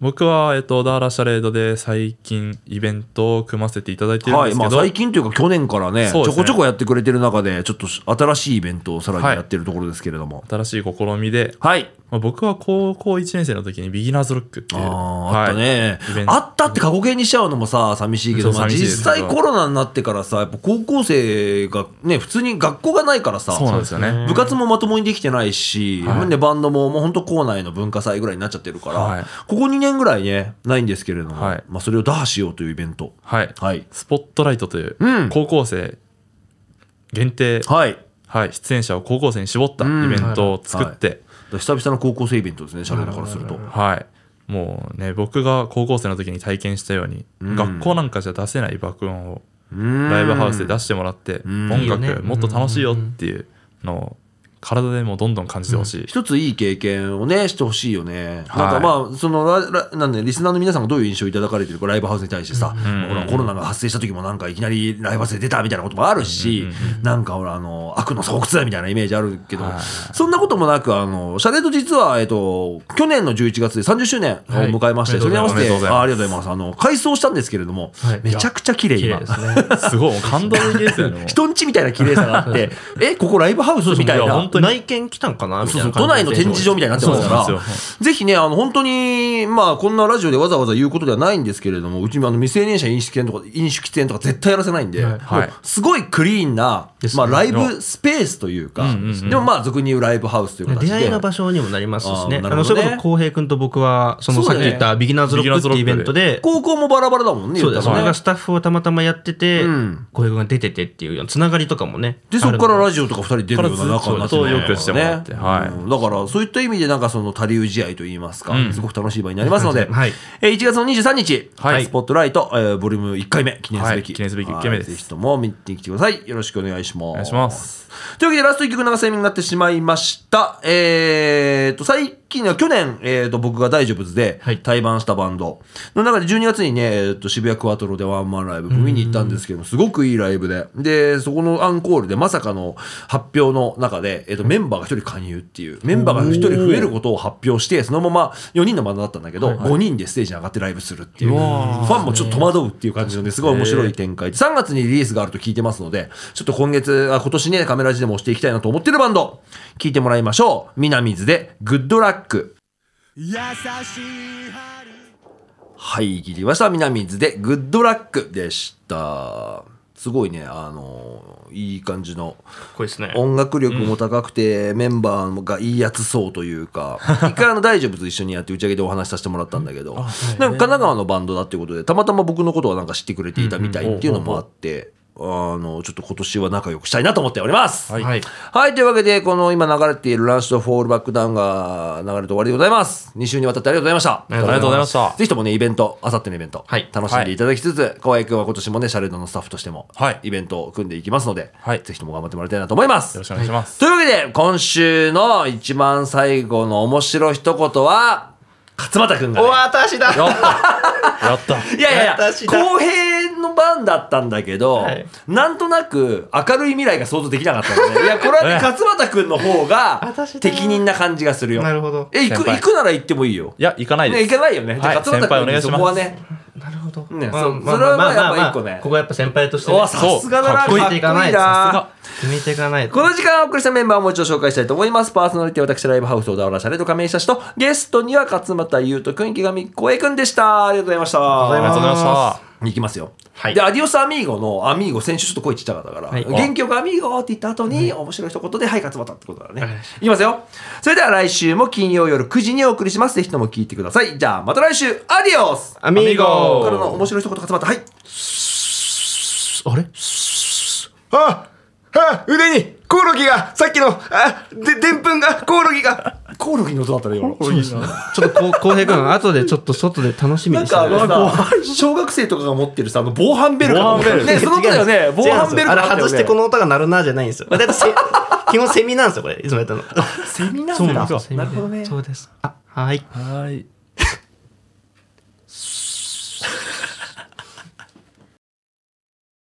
Speaker 2: 僕は、えっと、小田原シャレードで最近イベントを組ませていただいてるん
Speaker 1: は
Speaker 2: で
Speaker 1: い。
Speaker 2: すけ
Speaker 1: まあ、
Speaker 2: ど、
Speaker 1: 最近というか去年からね、ち
Speaker 2: そう
Speaker 1: ょ
Speaker 2: ですね
Speaker 1: こちょこやってくれてる中で、ちょっと新しいイベントをさらに
Speaker 2: はい
Speaker 1: やってるところですけれども。
Speaker 2: 新しい試みで、
Speaker 1: はい。
Speaker 2: まあ、僕は高校1年生の時にビギナーズロックって
Speaker 1: あ
Speaker 2: いう
Speaker 1: ーあった
Speaker 2: はい
Speaker 1: ね
Speaker 2: イベン。ト
Speaker 1: あったって過去形にしちゃうのもさ、寂しいけど、
Speaker 2: そう
Speaker 1: まあ
Speaker 2: 寂しいです
Speaker 1: 実際コロナになってからさ、やっぱ高校生がね、普通に学校がないからさ、
Speaker 2: そうなんですよね
Speaker 1: 部活もまともにできてないし、
Speaker 2: はい
Speaker 1: ね、バンドももう本当校内の文化祭ぐらいになっちゃってるから、
Speaker 2: はい
Speaker 1: ここ2年ぐらいねないんですけれども、
Speaker 2: はい
Speaker 1: まあ、それを打破しようというイベント
Speaker 2: はい
Speaker 1: はい
Speaker 2: スポットライトという
Speaker 1: うん
Speaker 2: 高校生限定、
Speaker 1: はい
Speaker 2: はい、出演者を高校生に絞ったイベントを作って、
Speaker 1: 久々の高校生イベントですねシャレだからすると、
Speaker 3: はい
Speaker 2: はいもうね僕が高校生の時に体験したように、
Speaker 1: うん
Speaker 2: 学校なんかじゃ出せない爆音をラ
Speaker 1: ラ
Speaker 2: イブハウスで出してもらって、
Speaker 1: ん
Speaker 2: 音
Speaker 3: いいよ
Speaker 2: 楽
Speaker 3: ね
Speaker 2: もっと楽しいよっていうのを体でもうどんどん感じてほしい、
Speaker 1: 一ついい経験をねしてほしいよね、な
Speaker 2: はい
Speaker 1: んかまあそのララなんでリスナーの皆さんがどういう印象をいただかれてるかライブハウスに対してさ、
Speaker 2: ん
Speaker 1: ほらコロナが発生した時もなんかいきなりライブハウスで出たみたいなこともあるし、なんかほらあの悪の巣窟だみたいなイメージあるけど、
Speaker 2: はい
Speaker 1: そんなこともなくあのシャレート実は、えっと、去年の11月で30周年を
Speaker 3: はい
Speaker 1: 迎えまして、
Speaker 3: あ
Speaker 1: そ
Speaker 3: り
Speaker 1: れに合わ
Speaker 3: が
Speaker 1: せて
Speaker 2: とうございますおめでとうございます
Speaker 1: あありがとうございますあの改装したんですけれども、
Speaker 3: はい
Speaker 1: めちゃくちゃ綺麗
Speaker 3: 綺
Speaker 1: 今
Speaker 3: 麗ですね。
Speaker 2: すごいもう感動的ですよねも
Speaker 1: [LAUGHS]
Speaker 2: う
Speaker 1: 人んちみたいな綺麗さが
Speaker 2: [LAUGHS]
Speaker 1: あってえここライブハウスみたい
Speaker 2: いや
Speaker 1: な
Speaker 2: 本当に
Speaker 3: 内見来たんかなみた
Speaker 1: そう
Speaker 3: い
Speaker 1: そう
Speaker 3: な
Speaker 1: 都内の展示場みたいになってますか
Speaker 2: そう
Speaker 1: ら
Speaker 2: なんです、
Speaker 1: ぜひね、あの本当に、まあ、こんなラジオでわざわざ言うことではないんですけれども、うちもあの未成年者飲酒喫煙とか、飲酒喫煙とか絶対やらせないんで、
Speaker 3: はい
Speaker 2: はい
Speaker 1: もうすごいクリーンな、
Speaker 3: です
Speaker 1: まあ、
Speaker 3: ね
Speaker 1: ライブスペースというか、
Speaker 2: うんうんうん
Speaker 1: でもまあ、俗に言うライブハウスという形で。
Speaker 3: 出会いの場所にもなりますしね。
Speaker 1: あー
Speaker 3: あ
Speaker 1: なるほどね
Speaker 3: の、それこそ浩平君と僕は、その
Speaker 1: そう
Speaker 3: さ
Speaker 1: だ
Speaker 3: っ
Speaker 1: ね
Speaker 3: き言ったビギナーズロックっていうイベントで、
Speaker 1: 高校もバラバラだもんね、
Speaker 3: そうです。
Speaker 1: 言った
Speaker 3: 僕
Speaker 1: ら
Speaker 3: が
Speaker 1: ね
Speaker 3: スタッフをたまたまやってて
Speaker 1: うん、
Speaker 3: 浩平君が出ててっていうようなつながりとかもね。
Speaker 1: で、そこから
Speaker 3: あるの
Speaker 1: ラジオとか2人出るような仲になって
Speaker 2: からずっと良くしてもらってはい
Speaker 1: うんだから、そういった意味で、なんかその、他流試合といいますか、
Speaker 2: うん
Speaker 1: すごく楽しい場になりますので、
Speaker 3: はい
Speaker 1: えー1月の23日、
Speaker 2: はい
Speaker 1: スポットライト、えーボリューム1回目、記念すべき。
Speaker 2: はい記念すべき一回目です
Speaker 1: はいぜひとも見てきてください。よろしくお願いします。お
Speaker 2: 願いします。
Speaker 1: というわけで、ラスト1曲流せ目になってしまいました。えー、と、最近は去年、えー、と、僕が大丈夫で、
Speaker 3: はい
Speaker 1: 対バンしたバンドの中で12月にね、えー、と渋谷クワトロでワンマンライブ見に行ったんですけどもすごくいいライブででそこのアンコールでまさかの発表の中で、えー、とメンバーが1人加入っていうメンバーが1人増えることを発表してそのまま4人のバンドだったんだけど、5人でステージに上がってライブするっていう
Speaker 2: う
Speaker 1: フ
Speaker 2: わー
Speaker 1: ァンもちょっと戸惑うっていう感じのですごい面白い展開で3月にリリースがあると聞いてますのでちょっと今月あ今年ねカメラジでも押していきたいなと思ってるバンド聞いてもらいましょう「みなみず」で「グッドラック」
Speaker 4: 優しい春
Speaker 1: はい、切りました。南伊豆でグッドラックでした。すごいね、あのいい感じの
Speaker 3: これですね。
Speaker 1: 音楽力も高くて、メンバーがいいやつそうという
Speaker 2: [LAUGHS]
Speaker 1: か一回あの大丈夫と一緒にやって打ち上げでお話しさせてもらったんだけど、なんか神奈川のバンドだっていうことでたまたま僕のことはなんか知ってくれていたみたいっていうのもあって、あのちょっと今年は仲良くしたいなと思っております。
Speaker 2: はい
Speaker 3: はい。
Speaker 1: はい、というわけでこの今流れている「ランシュとフォールバックダウン」が流れて終わりでございます2週にわたってありがとうございました
Speaker 3: ありが
Speaker 2: とうございました
Speaker 1: ぜひともねイベントあさってのイベント、
Speaker 3: はい
Speaker 1: 楽しんでいただきつつ浩平君は今年もねシャレードのスタッフとしても、
Speaker 2: はい
Speaker 1: イベントを組んでいきますので、
Speaker 2: はい
Speaker 1: ぜひとも頑張ってもらいたいなと思います
Speaker 2: よろしくお願いします、
Speaker 1: というわけで今週の一番最後の面白い一言は勝俣君が、ね、
Speaker 3: 私だ
Speaker 2: やったやった
Speaker 1: いやいやいや
Speaker 3: 私だ
Speaker 1: 公平の番だったんだけど、
Speaker 3: はい
Speaker 1: なんとなく明るい未来が想像できなかったので、いや、これはね、
Speaker 2: ええ
Speaker 1: 勝俣君の方が
Speaker 3: 私だ
Speaker 1: 適任な感じがするよ。
Speaker 3: なるほど
Speaker 1: え、行く、
Speaker 2: 先輩
Speaker 1: 行くなら行ってもいいよ。
Speaker 2: いや行かない
Speaker 1: ね、
Speaker 2: で
Speaker 1: 行
Speaker 2: す、
Speaker 1: かないよね。じゃあ
Speaker 2: はい
Speaker 1: 勝俣
Speaker 2: 先輩お願
Speaker 1: 君
Speaker 2: いし
Speaker 1: そ
Speaker 2: ます
Speaker 1: こはね、
Speaker 3: なるほど。
Speaker 1: ね
Speaker 3: まあ
Speaker 1: そ
Speaker 3: まあ
Speaker 1: それは
Speaker 3: ま
Speaker 1: や
Speaker 3: あ
Speaker 1: っぱ
Speaker 3: まあ
Speaker 1: 一個ね
Speaker 3: ここはやっぱ先輩としてね。
Speaker 1: おさすがだな、
Speaker 2: そう
Speaker 1: かっこいいな。
Speaker 3: 決めていかないと。
Speaker 1: この時間お送りしたメンバーをもう一度紹介したいと思います。パーソナリティは私、ライブハウス小田原シャレと亀井久志と、ゲストには勝俣優斗くん、池上光栄くんでした。ありがとうございました。
Speaker 2: ありがとうございました
Speaker 1: いきますよ。
Speaker 3: はい
Speaker 1: で、アディオスアミーゴのアミーゴ、先週ちょっと声ちっちゃかったから、
Speaker 3: はい
Speaker 1: 元気よくアミーゴって言った後に、面白い一言で、はい、勝俣ってことだね。いきますよ。それでは来週も金曜夜9時にお送りします。ぜひとも聞いてください。じゃあ、また来週、アディオス
Speaker 3: アミー
Speaker 2: お
Speaker 3: ゴ
Speaker 2: ー
Speaker 1: からの面白い一言、勝俣。はい。
Speaker 3: あれ
Speaker 4: ああ腕にコオロギがさっきのあででんぷんがコオロギが
Speaker 1: コオロギの音だったね、今の。
Speaker 3: ちょっとこう浩平君、後でちょっと外で楽しみ
Speaker 1: なん
Speaker 3: にしてて
Speaker 1: かあのさ、小学生とかが持ってるさ、あの防犯ベルかと思った
Speaker 2: 防犯ベ
Speaker 1: ね、その音だよね。防犯ベル
Speaker 3: あ
Speaker 1: かと思ったよ
Speaker 3: れ
Speaker 1: ね
Speaker 3: 外してこの音が鳴るなじゃないん [LAUGHS] ですよ。だってせ基本セミなんですよ、これ。いつもやったの。
Speaker 1: セミナ
Speaker 3: そう
Speaker 1: ー
Speaker 3: な
Speaker 1: だ
Speaker 3: んですよ。
Speaker 1: なるほどね。
Speaker 3: そうです。あ、はい。
Speaker 2: はい